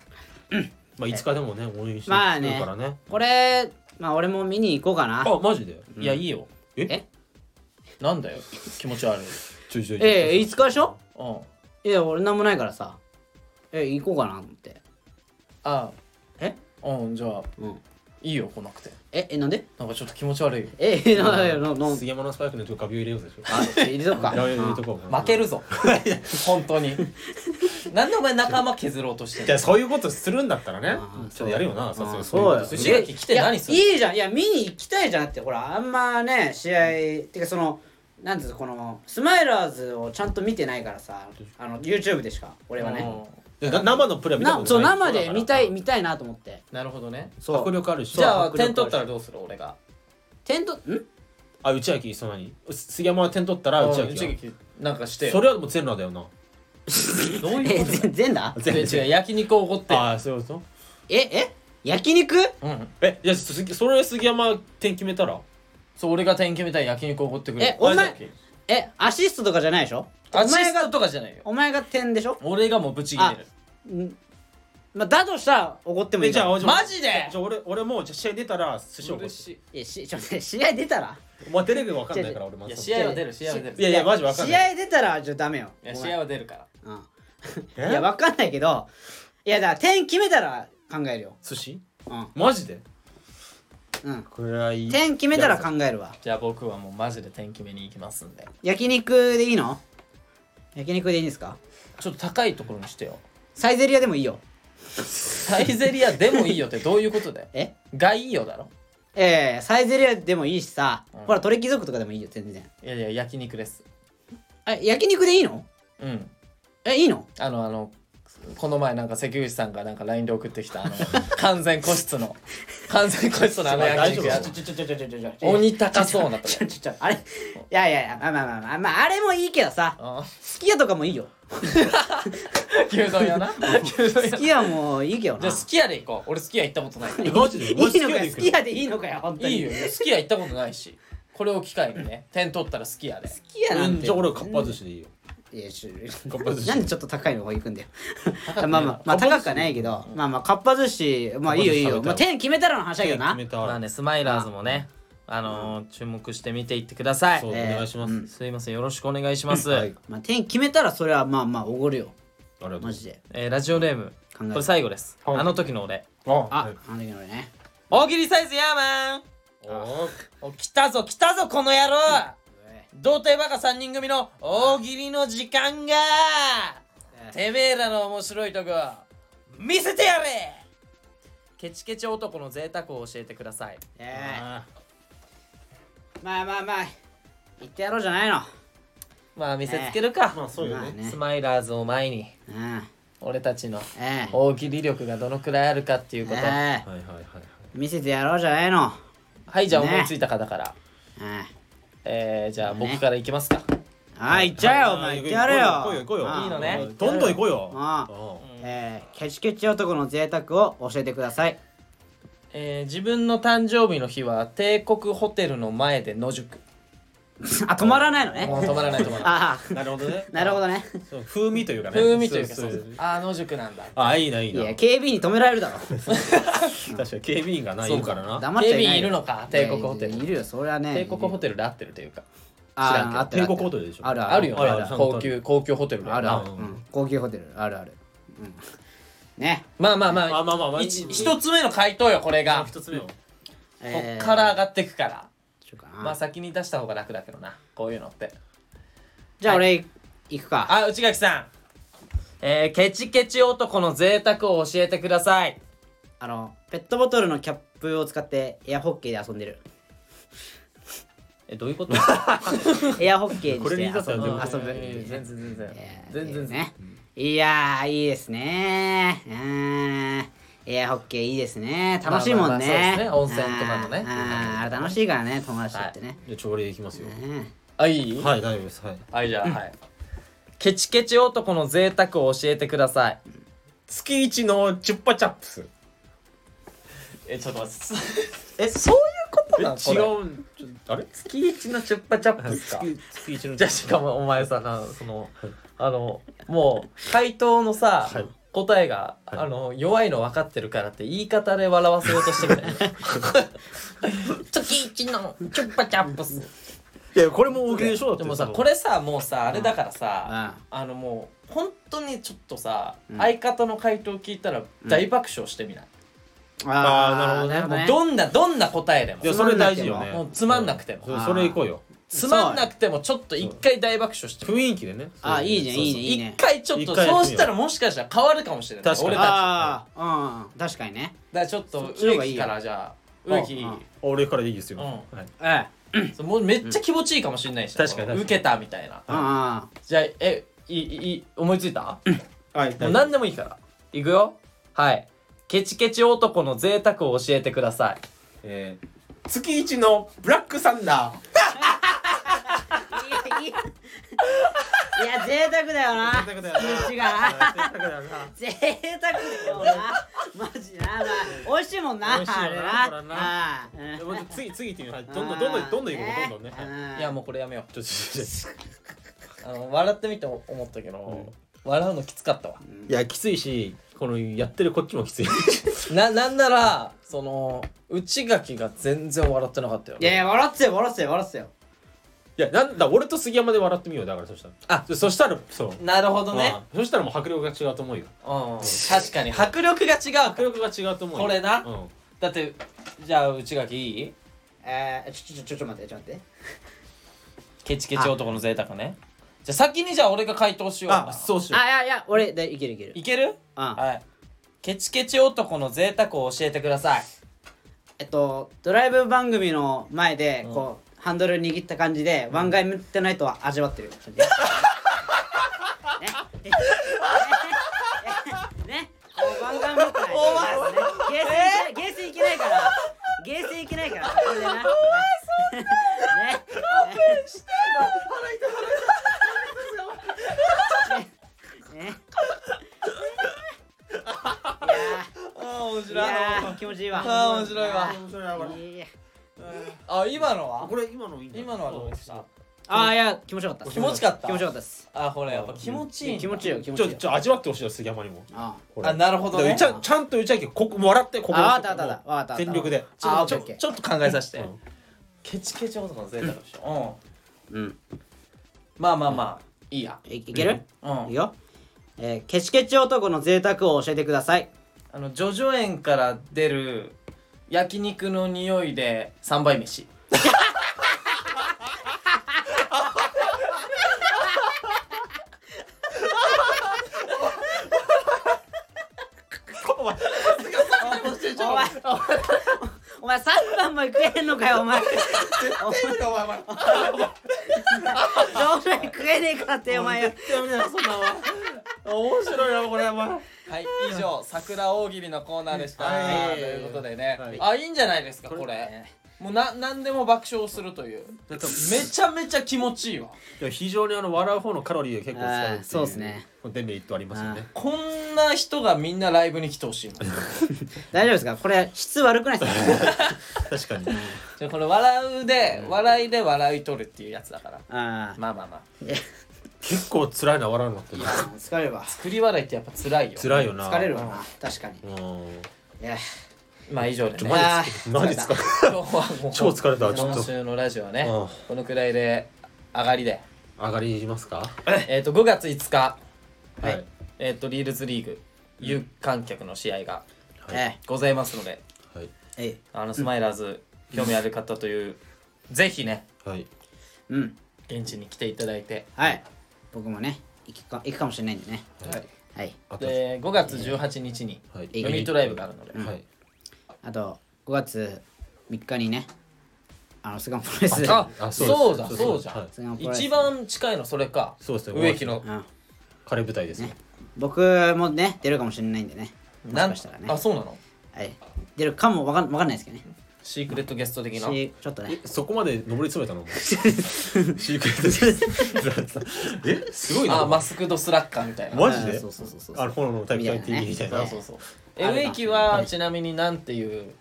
Speaker 3: まあいつかでもね応援して
Speaker 1: まあ
Speaker 3: く
Speaker 1: ね
Speaker 3: れるからね
Speaker 1: これまあ俺も見に行こうかな
Speaker 3: あマジで
Speaker 2: いやいいよ
Speaker 3: え
Speaker 1: え
Speaker 2: なんだよ気持ち悪い
Speaker 3: ちょいちょいちょい
Speaker 1: ええいつかでしょ
Speaker 2: うん
Speaker 1: いや俺なんもないからさえ行こうかなって
Speaker 2: あ
Speaker 1: え
Speaker 2: うんじゃあ
Speaker 1: うん
Speaker 2: いいよ来なくて
Speaker 1: ええなんで
Speaker 2: なんかちょっと気持ち悪いよ
Speaker 1: ええ [LAUGHS] なんだよなんなん
Speaker 3: 杉山のスパイクのとこカビを入れようでしょ
Speaker 1: あ入れとくか
Speaker 3: やめとこう
Speaker 2: 負けるぞ本当になんでお前仲間削ろうとしてん
Speaker 3: じゃ
Speaker 2: の
Speaker 3: あそういうことするんだったらね
Speaker 1: あー
Speaker 3: ちょっとやるよなさすがに
Speaker 1: そうよ
Speaker 3: そう
Speaker 2: 寿
Speaker 3: いうこ
Speaker 2: 司焼き
Speaker 3: と
Speaker 2: 来て何する
Speaker 1: いやいいじゃんいや見に行きたいじゃんってほらあんまね試合てかそのなんていうのこのスマイラーズをちゃんと見てないからさあの YouTube でしか俺はね
Speaker 3: でな生のプレーは見たこ
Speaker 1: な
Speaker 3: と
Speaker 1: そう
Speaker 3: ない
Speaker 1: 生で見たい見たいなと思って
Speaker 2: なるほどね
Speaker 1: そう
Speaker 3: 迫力あるし
Speaker 2: じゃあ
Speaker 1: 迫力ある
Speaker 2: 点取ったらどうする俺が
Speaker 1: テントん
Speaker 3: あ内秋そんなに杉山が点取ったら内
Speaker 2: うん
Speaker 3: 秋が
Speaker 2: なんかしてよ
Speaker 3: それはもう全裸だよな
Speaker 2: どうい
Speaker 1: え
Speaker 2: うこと
Speaker 1: 全全だ
Speaker 2: で違う焼肉おごって
Speaker 5: ああそういうこと
Speaker 1: ええ焼肉
Speaker 2: うん
Speaker 5: えじゃあすそれ杉山点決めたら
Speaker 2: そう俺が点決めたら焼肉おごってくれ
Speaker 1: えお前
Speaker 2: あれだっけ
Speaker 1: えアシストとかじゃないでしょ
Speaker 2: ア
Speaker 1: お
Speaker 2: シ
Speaker 1: 前
Speaker 2: ス
Speaker 1: が
Speaker 2: トとかじゃないよ
Speaker 1: お前が点でしょ
Speaker 2: 俺がもうぶち切れる
Speaker 1: んまあだとしたら怒ってもい
Speaker 5: え
Speaker 1: い
Speaker 5: じゃ
Speaker 1: から
Speaker 5: あじゃあ
Speaker 2: マジで
Speaker 5: じゃあ俺俺もうじゃあ試合出たら寿司をおごっ
Speaker 2: 嬉
Speaker 5: て
Speaker 2: しい
Speaker 1: いやしちょっと待って試合出たら
Speaker 3: お前テレビわかんないから俺ま
Speaker 2: いや
Speaker 3: ず
Speaker 2: 試合は出る試合は出る
Speaker 5: いやいやマジわかん
Speaker 1: 試
Speaker 5: ない
Speaker 1: 合出たらじゃダメよ
Speaker 2: いや
Speaker 1: ご
Speaker 2: 試
Speaker 1: めん [LAUGHS]
Speaker 2: 合は出るから
Speaker 1: うんいや
Speaker 3: え
Speaker 1: わかんないけどいやだから点決めたら考えるよ
Speaker 3: 寿司
Speaker 1: うん
Speaker 3: マジで
Speaker 1: うん
Speaker 3: これはいい
Speaker 1: 点決めたら考えるわ
Speaker 2: じゃあ僕はもうマジで点決めに行きますんで
Speaker 1: 焼肉でいいの焼肉でいいんですか
Speaker 2: ちょっと高いところにしてよ
Speaker 1: サイゼリアでもいいよ
Speaker 2: サイゼリアでもいいよってどういうことだよ
Speaker 1: え
Speaker 2: がいいよだろ
Speaker 1: ええサイゼリアでもいいしさ、
Speaker 2: うん
Speaker 1: ほら、トレキ族とかでもいいよ、全然。
Speaker 2: いやいや焼肉です
Speaker 1: え、焼肉でいいの
Speaker 2: うん
Speaker 1: え、いいの
Speaker 2: あのあのこの前なんか関口さんがなんか LINE で送ってきたあの完全個室の完全個室のあの焼肉や
Speaker 3: 大丈夫
Speaker 1: ちょちょちょちょちょちょちょ。
Speaker 2: 鬼高そうなとこ
Speaker 1: ちょちょちょ、あれいやいやいや、まあまあまあまあ、まあ、あれもいいけどさ、
Speaker 2: あ
Speaker 1: すき家とかもいいよ。
Speaker 2: ー牛丼屋な牛丼屋
Speaker 1: すき家もいいけど
Speaker 2: じゃ
Speaker 1: な。
Speaker 2: あ好きやで行こう俺好きや行ったことないから
Speaker 3: マジ
Speaker 1: い
Speaker 3: で
Speaker 1: い
Speaker 3: マジ
Speaker 1: の
Speaker 3: で
Speaker 1: かよ、すき家でいいのかよ、本当に。
Speaker 2: いいよ好きや行ったことないしこれを機会にね点取ったら好きやで
Speaker 1: すき家なんて。
Speaker 3: じゃあ俺はかっぱ寿司でいいよ
Speaker 1: いやちょ
Speaker 3: かっぱ寿司
Speaker 1: なんでちょっと高いの方行くんだよ。
Speaker 2: くない
Speaker 1: まあまあ、まあ高くはないけど、まあまあ、かっぱ寿司、まあいいよいいよ。
Speaker 3: か
Speaker 1: まあ
Speaker 3: っぱ寿司食べたい
Speaker 1: 点決めたらの話だけどな
Speaker 3: 決め。た
Speaker 2: まあねスマイラーズもねあのー注目して見ていってください
Speaker 3: そうお
Speaker 1: えー
Speaker 3: 願いします
Speaker 1: うん
Speaker 2: すいませんよろしくお願いします、
Speaker 3: はい
Speaker 1: まあ点決めたらそれはまあまあおごるよ。
Speaker 3: ありがとう
Speaker 1: マジで。
Speaker 2: えーラジオネーム
Speaker 1: 考える
Speaker 2: これ最後です、
Speaker 3: はい
Speaker 2: あの時の俺
Speaker 3: あ
Speaker 1: あ、あの時の俺ね。
Speaker 2: 大喜利サイズヤーマン
Speaker 3: お
Speaker 2: お来たぞ来たぞこの野郎童貞バカ3人組の大喜利の時間がてめえらの面白いとこ見せてやれケチケチ男の贅沢を教えてください
Speaker 1: えー
Speaker 3: あ
Speaker 1: まあまあまあ、言ってやろうじゃないの。
Speaker 2: まあ見せつけるか、
Speaker 3: まあそうよ
Speaker 1: まあ
Speaker 3: ね
Speaker 1: ね
Speaker 2: スマイラーズを前に
Speaker 1: うん。
Speaker 2: 俺たちの
Speaker 1: ええ
Speaker 2: 大喜利力がどのくらいあるかっていうこと、
Speaker 1: ええ
Speaker 3: はいはいはいはい
Speaker 1: 見せてやろうじゃないの。
Speaker 2: はいじゃあ
Speaker 1: ね
Speaker 2: 思いついたかだから、
Speaker 1: え
Speaker 2: えー、じゃあ
Speaker 1: ね
Speaker 2: 僕からいきますか、
Speaker 1: えああ、行っちゃえよ、お前。行ってやれよ。
Speaker 3: 行こうよ行こうよ
Speaker 1: ああ
Speaker 2: いいのね
Speaker 3: どんどん行こうよ
Speaker 1: あ
Speaker 3: うん
Speaker 1: ええケチケチ男の贅沢を教えてくださ
Speaker 2: [LAUGHS]
Speaker 1: い。
Speaker 2: えー自分の誕生日の日は帝国ホテルの前で野宿
Speaker 1: あ、止まらないのね。
Speaker 2: もう止まらない止まらない
Speaker 1: ああ、
Speaker 3: なるほどね
Speaker 1: [LAUGHS] なるほどね。
Speaker 3: そう風味というかね
Speaker 2: 風味というかそ
Speaker 3: そうう
Speaker 2: そ
Speaker 3: そうう
Speaker 2: あー野宿なんだ
Speaker 3: あいいないい
Speaker 1: い
Speaker 3: な
Speaker 1: や、警備員に止められるだろ。
Speaker 3: 確かに警備員がな
Speaker 2: そう
Speaker 3: い
Speaker 2: か
Speaker 3: るからな
Speaker 1: 黙っ
Speaker 2: 警
Speaker 1: ちゃい
Speaker 2: 備
Speaker 1: ない
Speaker 2: 員い
Speaker 1: よ
Speaker 2: るのか帝国ホテ
Speaker 1: いやい
Speaker 2: ル
Speaker 1: るよ、それはね。
Speaker 2: 帝国ホ
Speaker 1: ル。
Speaker 2: テルで合ってるというか
Speaker 1: ああ、あってる
Speaker 3: 帝国ホテルでしょ
Speaker 1: ある
Speaker 2: あるよ
Speaker 3: あるある
Speaker 2: ね高級高級ホテルだよ
Speaker 1: ある
Speaker 2: な
Speaker 1: ある、うん、高級ホテルあるある、うん、ね
Speaker 2: まあまあまあ
Speaker 3: まあまあまあまあ
Speaker 2: 一一つ目の回答よこれが
Speaker 3: 一つ目を
Speaker 2: こっから上
Speaker 1: が
Speaker 2: がってくから
Speaker 1: かな、
Speaker 2: まあ先に出した方が楽だけどなこういうのって
Speaker 1: じゃあ俺行くか、
Speaker 2: あ内垣さんえーケチケチ男の贅沢を教えてください
Speaker 1: あのペットボトルのキャップを使ってエアホッケーで遊ん
Speaker 2: [LAUGHS]
Speaker 1: でる
Speaker 2: えどういう
Speaker 1: [LAUGHS]
Speaker 2: こと
Speaker 1: エアホッケーに
Speaker 3: こ
Speaker 1: し
Speaker 3: れ
Speaker 1: て
Speaker 3: 言い出す
Speaker 1: 遊
Speaker 3: の
Speaker 1: ぶ
Speaker 3: は
Speaker 2: うん
Speaker 1: 遊ぶ、
Speaker 2: いやいや全然全然
Speaker 1: えー
Speaker 2: 全然
Speaker 1: ねいやーいいですねうんエアホッケーいいですね楽しいもんね,、
Speaker 2: まあまあまあそうですね温泉とかのね
Speaker 1: あーあー楽しいからね友達とってね、
Speaker 3: じゃあ朝礼いきますよ
Speaker 1: うん
Speaker 2: あいい
Speaker 3: はい大丈夫ですはい
Speaker 2: はいじゃあはいケチケチ男の贅沢を教えてください
Speaker 3: 月一のチュッパチャップス
Speaker 2: えちょっと待って
Speaker 1: えそういうこと
Speaker 3: え違うちょあれ
Speaker 2: 月一のチュッパチャップスか
Speaker 3: 月月一の
Speaker 2: じゃあしかもお前さなそのあのもう回答のさ、
Speaker 3: はい
Speaker 2: 答えが、
Speaker 3: はい
Speaker 2: あの弱いの分かってるからって言い方で笑わせようとしてるん [LAUGHS] だよ月一のチュッパチャッ [LAUGHS] プス
Speaker 3: いやこれも大きいでしょだって
Speaker 2: でもさ
Speaker 3: その
Speaker 2: これさもうさあれだからさ、
Speaker 1: あ
Speaker 2: あのもう本当にちょっとさ、
Speaker 1: うん
Speaker 2: 相方の回答聞いたら大爆笑してみない、
Speaker 1: ーあ
Speaker 3: あーなるほどね
Speaker 2: もうどんなどんな答えでも
Speaker 3: いやそれ大事よね
Speaker 2: もうつまんなくても
Speaker 3: そうそれ行こうよ
Speaker 2: つまんなくてもちょっと一回大爆笑してみる
Speaker 3: 雰囲気でね
Speaker 1: あいいね
Speaker 3: そうそう
Speaker 1: いいねいいね
Speaker 2: 一回ちょっと
Speaker 3: 一回やってみよ
Speaker 2: そううしたらもしかしたら変わるかもしれない
Speaker 3: 確かに
Speaker 2: 俺たちだか
Speaker 1: ああうん確かにね
Speaker 2: らちょっと
Speaker 1: そっちの方がい
Speaker 2: 植
Speaker 1: い
Speaker 2: 木
Speaker 1: よ
Speaker 2: からじゃあ
Speaker 3: うん
Speaker 2: 植木
Speaker 1: うん
Speaker 3: 俺からでいいですよ
Speaker 2: うん
Speaker 3: はい
Speaker 1: え
Speaker 2: そうもうめっちゃ気持ちいいかもしれないし
Speaker 3: 確かに確かに
Speaker 2: 受けたみたいな
Speaker 1: えうんうん
Speaker 2: じゃあえいいいい思いついた
Speaker 3: はい
Speaker 2: もう何でもいいからいくよはいケチケチ男の贅沢を教えてください
Speaker 3: えー月一のブラックサンダー
Speaker 1: いやいやいや贅沢だよな
Speaker 3: 贅沢だよな
Speaker 1: 寿司が
Speaker 3: 贅沢だよな
Speaker 1: 贅沢だよなマジな、まあ、美味しいもんな
Speaker 3: 美味しい
Speaker 1: あ
Speaker 3: よなこれ
Speaker 1: れ
Speaker 3: はな
Speaker 1: なああ
Speaker 3: でも次次行ってみようはいどんどんどんどんどんどん行こうどんどんねはい
Speaker 1: ね
Speaker 2: いやもうこれやめよ
Speaker 3: ちょっとちょっとちょっ
Speaker 2: うあの笑ってみて思ったけど、笑うのきつかったわ
Speaker 3: といやきついしこのやってるこっちもき [LAUGHS] つい
Speaker 2: ななんならその内垣が全然笑ってなかったよ
Speaker 1: いやいや笑ってたよ笑ってたよ笑ってたよ
Speaker 3: いやなんだ俺と杉山で笑ってみようだからそしたら
Speaker 2: あ
Speaker 3: そそしたらそう
Speaker 2: なるほどね
Speaker 3: うんそしたらもう迫力が違うと思うよ
Speaker 2: うん確かに迫力が違う
Speaker 3: 迫力が違うと思うよ
Speaker 2: これな
Speaker 3: うん
Speaker 2: だってじゃあ内垣いい
Speaker 1: えー、ちょちょちょちょ待ってちょ待って
Speaker 2: ケチケチ男の贅沢ねじゃあ先にじゃあ俺が回答しようか
Speaker 3: あそうしよ
Speaker 1: あいやいや俺でいけるいける
Speaker 2: いける
Speaker 1: あ
Speaker 2: はいケチケチ男の贅沢を教えてください
Speaker 1: えっとドライブ番組の前でこう、ハンドル握った感じで湾岸向ってないとは味わって
Speaker 2: [LAUGHS]
Speaker 1: るねねねもう湾岸向ってないと、ね、ゲーセンいけないゲーセンいけないからゲーセンいけないからこれでなねねねねいやーいや
Speaker 2: あ面
Speaker 1: ー気持ちいいわ。
Speaker 2: あー面白いわ
Speaker 3: 面白いなこれ
Speaker 1: いや
Speaker 2: あ今のは
Speaker 3: これ今のいいんだよ
Speaker 2: 今のはどうでした
Speaker 1: あーいや気持ちよかった。
Speaker 2: 気持ちよかった
Speaker 1: 気持ちよかったです。
Speaker 2: あほらやっぱ気持ちいいんだ
Speaker 1: 気持ちいいよ気持
Speaker 3: ち
Speaker 1: ちい
Speaker 3: ょ
Speaker 1: いよ。
Speaker 3: ちょ味わってほしいよ杉山にも
Speaker 1: あ
Speaker 3: これ
Speaker 2: あなるほどね
Speaker 3: だからうちゃちゃんとうちゃいけここ笑ってここ
Speaker 1: あわかったわかったわかったわかった
Speaker 3: 全力で
Speaker 1: あ
Speaker 2: ちょ
Speaker 1: オッケーオッケー
Speaker 2: ちょっと考えさせて、
Speaker 3: うん
Speaker 2: ケチケチ男の贅沢でしょ、うん
Speaker 1: ーうん。
Speaker 2: まあまあまあ、いいや
Speaker 1: いいける？
Speaker 2: うん
Speaker 1: いいよ。えーケチケチ男の贅沢を教えてください。
Speaker 2: あの叙々苑から出る焼肉の匂いで3倍飯
Speaker 1: お前お前三番も食えんのかよお前。
Speaker 3: お前お前
Speaker 1: 上手に食えねえからってお前よ。
Speaker 3: やめなそんなお前面白いなこれお前
Speaker 2: はい以上桜大喜利のコーナーでした、
Speaker 3: はい
Speaker 2: ということでね、
Speaker 3: はい
Speaker 2: あいいんじゃないですかこれもうな何でも爆笑するというめちゃめちゃ気持ちいいわ
Speaker 3: いや非常にあの笑う方のカロリーが結構使うってい
Speaker 1: あーそうっすね
Speaker 3: デメリットありますよね
Speaker 2: こんな人がみんなライブに来てほしいの
Speaker 1: 大丈夫ですか？これ質悪くないです [LAUGHS] か？
Speaker 3: 確かに
Speaker 2: じゃあこれ笑うで笑いで笑い取るっていうやつだから
Speaker 1: あ
Speaker 2: まあまあまあ
Speaker 3: 結構辛いな笑うのって
Speaker 1: あ疲れるわ。
Speaker 2: 作り笑いってやっぱ辛いよ
Speaker 3: 辛いよな
Speaker 1: 疲れるわな確かに。
Speaker 3: うん
Speaker 1: いや
Speaker 2: まあ以上でね
Speaker 1: マジ
Speaker 2: 今
Speaker 3: マジ疲れ
Speaker 2: 日はもう
Speaker 3: 超疲れたちょっと
Speaker 2: 今週のラジオはね
Speaker 3: うん
Speaker 2: このくらいで上がりで
Speaker 3: 上がりますか
Speaker 2: えっと5月5日
Speaker 3: はい
Speaker 2: えっとリールズリーグ有観客の試合が
Speaker 3: はい
Speaker 1: え
Speaker 2: ございますので
Speaker 3: はい
Speaker 1: えい
Speaker 2: あのスマイラーズ興味ある方というぜひね
Speaker 3: はい
Speaker 1: うん
Speaker 2: 現地に来ていただいて
Speaker 1: はい僕もね行くか行くかもしれないんでね。
Speaker 2: はい
Speaker 1: はい。
Speaker 3: あと
Speaker 2: で5月18日に
Speaker 3: はい
Speaker 2: ユニットライブがあるので
Speaker 3: はい
Speaker 1: あと5月3日にねあのスガンプロレス
Speaker 2: あ
Speaker 3: あ
Speaker 2: そう
Speaker 3: で
Speaker 2: だ
Speaker 3: す
Speaker 2: そうじゃ
Speaker 3: はい
Speaker 2: ん
Speaker 1: スガンプロレス
Speaker 2: 一番近いのそれか
Speaker 3: そうですね
Speaker 2: 植木の
Speaker 1: うん、
Speaker 3: カレー舞台ですね
Speaker 1: 僕もね出るかもしれないんでねもしかしたらね
Speaker 2: あそうなの
Speaker 1: はい出るかもわかんわかんないですけどね
Speaker 2: シークレットゲスト的な
Speaker 1: しちょっとね
Speaker 3: そこまで上り詰めたのシークレットです [LAUGHS] えすごいな
Speaker 2: あマスクドスラッカーみたいな
Speaker 3: マジ
Speaker 1: あ
Speaker 3: で
Speaker 1: そうそうそうそう
Speaker 3: あの炎のタイプ TV みたい
Speaker 1: み
Speaker 3: な
Speaker 1: たいなね
Speaker 2: そうそう
Speaker 1: あれだ
Speaker 2: LA 機はちなみになんていう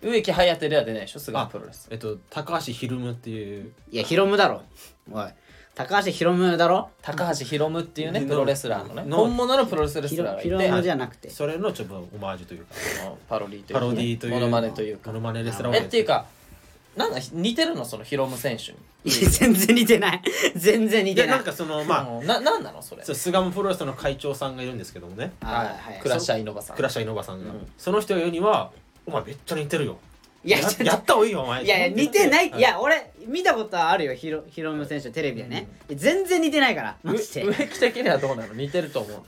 Speaker 2: 植木颯では出ないでしょ菅野プロレス
Speaker 3: えっと高橋ひるむっていう
Speaker 1: いやヒロムだろおい高橋ヒロムだろ
Speaker 2: 高橋ひろむっていうね
Speaker 3: うん
Speaker 2: プロレスラーのね
Speaker 3: うん
Speaker 2: 本物のプロレスラ
Speaker 1: ヒ
Speaker 2: ー
Speaker 1: ロ
Speaker 2: がい
Speaker 1: ヒ
Speaker 2: て
Speaker 1: ロムじゃなくて
Speaker 3: それのちょっとオマージュというか
Speaker 2: パロディというか
Speaker 3: パロディという
Speaker 2: モノマネというか
Speaker 3: モノマネレスラー
Speaker 2: えっていうかなんだ似てるのそのひろむ選手に
Speaker 1: いや全然似てない [LAUGHS] 全然似
Speaker 3: い
Speaker 1: て
Speaker 3: や
Speaker 1: な
Speaker 3: ないんかそ
Speaker 1: [LAUGHS]
Speaker 3: のま
Speaker 2: あななんなのそれ
Speaker 3: あそう菅野プロレスの会長さんがいるんですけどもね
Speaker 1: あはいはい
Speaker 2: クラッシャーイノバさん
Speaker 3: 倉下稲葉さんが
Speaker 2: うん
Speaker 3: その人が言うにはお前めっちゃ似てるよ
Speaker 1: いや
Speaker 3: や
Speaker 1: ちょっと
Speaker 3: やった方がいいよお前
Speaker 1: いやいや似てないいや俺見たことはあるよヒロヒロム選手テレビでね全然似てないからマ
Speaker 2: う [LAUGHS]
Speaker 1: ジで
Speaker 2: 植木的にはどうなの似てると思うの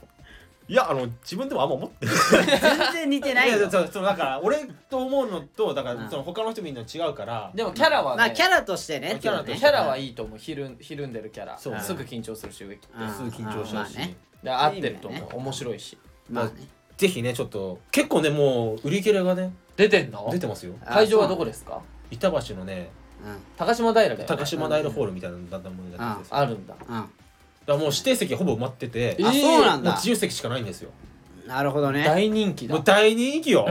Speaker 3: いやあの自分でもあんま思ってない
Speaker 1: 全然似てない
Speaker 3: い
Speaker 1: よ
Speaker 3: やそうそうだから俺と思うのとだ
Speaker 1: う
Speaker 3: か
Speaker 1: ん
Speaker 3: らその他の人みんな違うから
Speaker 2: でもキャラは
Speaker 1: まあ
Speaker 2: ね
Speaker 1: キャラとしてね
Speaker 3: キャラ
Speaker 1: って
Speaker 3: と
Speaker 1: いう
Speaker 2: キャラはいいと思うひるんひるんでるキャラす
Speaker 3: そ
Speaker 2: ぐ
Speaker 3: う
Speaker 2: 緊張するし植木って
Speaker 1: うん
Speaker 3: すぐ緊張しちゃうし
Speaker 1: まあね
Speaker 2: で合ってると思
Speaker 1: そういう意味
Speaker 2: う面白いし
Speaker 1: まあね
Speaker 3: ぜひねちょっと結構ねもう売り切れがね
Speaker 2: 出てんの
Speaker 3: 出てますよ
Speaker 2: 会場はどこですか
Speaker 3: 板橋のね
Speaker 1: うん
Speaker 2: 高島平だよね
Speaker 3: 高島平ホールみたいなだんだんものになってきて
Speaker 2: あるんだ
Speaker 1: うん
Speaker 3: からもう指定席ほぼ埋まってて
Speaker 2: え
Speaker 3: も
Speaker 1: あそうなん
Speaker 3: う
Speaker 1: だ
Speaker 3: 自由席しかないんですよ
Speaker 1: なるほどね
Speaker 2: 大人気
Speaker 3: もう
Speaker 2: だ
Speaker 3: 大人気よ、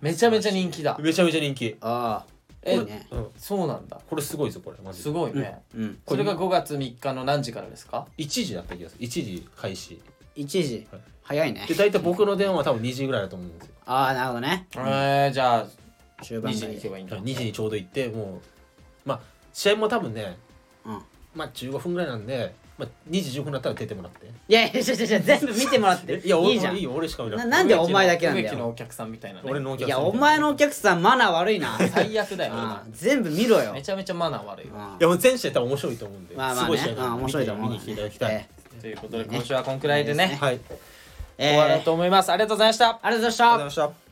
Speaker 2: めちゃめちゃ人気だ
Speaker 3: めちゃめちゃ人気
Speaker 1: ああ
Speaker 2: え
Speaker 1: いいね
Speaker 3: うん
Speaker 2: そうなんだ
Speaker 3: これすごいぞこれマジです
Speaker 2: ごい
Speaker 1: うん
Speaker 2: ね、
Speaker 1: うん
Speaker 2: それが5月3日の何時からですか
Speaker 3: 1時だった気がする1時開始
Speaker 1: 1時
Speaker 3: はい
Speaker 1: 早いね
Speaker 3: で大体僕の電話は多分2時ぐらいだと思うんですよ
Speaker 1: ああなるほどね
Speaker 2: えー、じゃあ
Speaker 1: 中盤ぐらい
Speaker 2: 2時に行
Speaker 1: で
Speaker 2: けばいいんだ
Speaker 3: 2時にちょうど行ってもうまあ試合も多分ね、
Speaker 1: うん
Speaker 3: まあ15分ぐらいなんで、まあ、2時15分になったら出てもらって
Speaker 1: いやいやちょちょちょ全部見てもらって
Speaker 3: いや俺
Speaker 1: いいじゃん
Speaker 3: いいよ俺しか見なく
Speaker 1: な
Speaker 3: て
Speaker 1: なんでお前だけなんだ
Speaker 2: 植木の
Speaker 1: よ
Speaker 2: お客さんみたいな、ね、
Speaker 3: 俺のお
Speaker 1: い
Speaker 3: 客さ
Speaker 1: や
Speaker 3: ん
Speaker 1: お前のお客さんマナー悪い
Speaker 3: [LAUGHS]
Speaker 1: な
Speaker 2: 最悪だよ、
Speaker 1: ああ全部見ろよ
Speaker 2: めちゃめちゃマナー悪い
Speaker 1: うん
Speaker 2: わ
Speaker 3: いやもう全試合多分面白いと思うんで、
Speaker 1: まあまあね
Speaker 3: すごい試合
Speaker 1: うん
Speaker 3: なんで
Speaker 1: 面白いと思う
Speaker 3: 見に来ていただきたい、
Speaker 1: え
Speaker 2: ということで今週はこんくらいでね
Speaker 1: え
Speaker 3: はいありがとう
Speaker 1: え
Speaker 2: 終わろうと思いますありがとうございました
Speaker 1: ありがとうございました
Speaker 3: ございました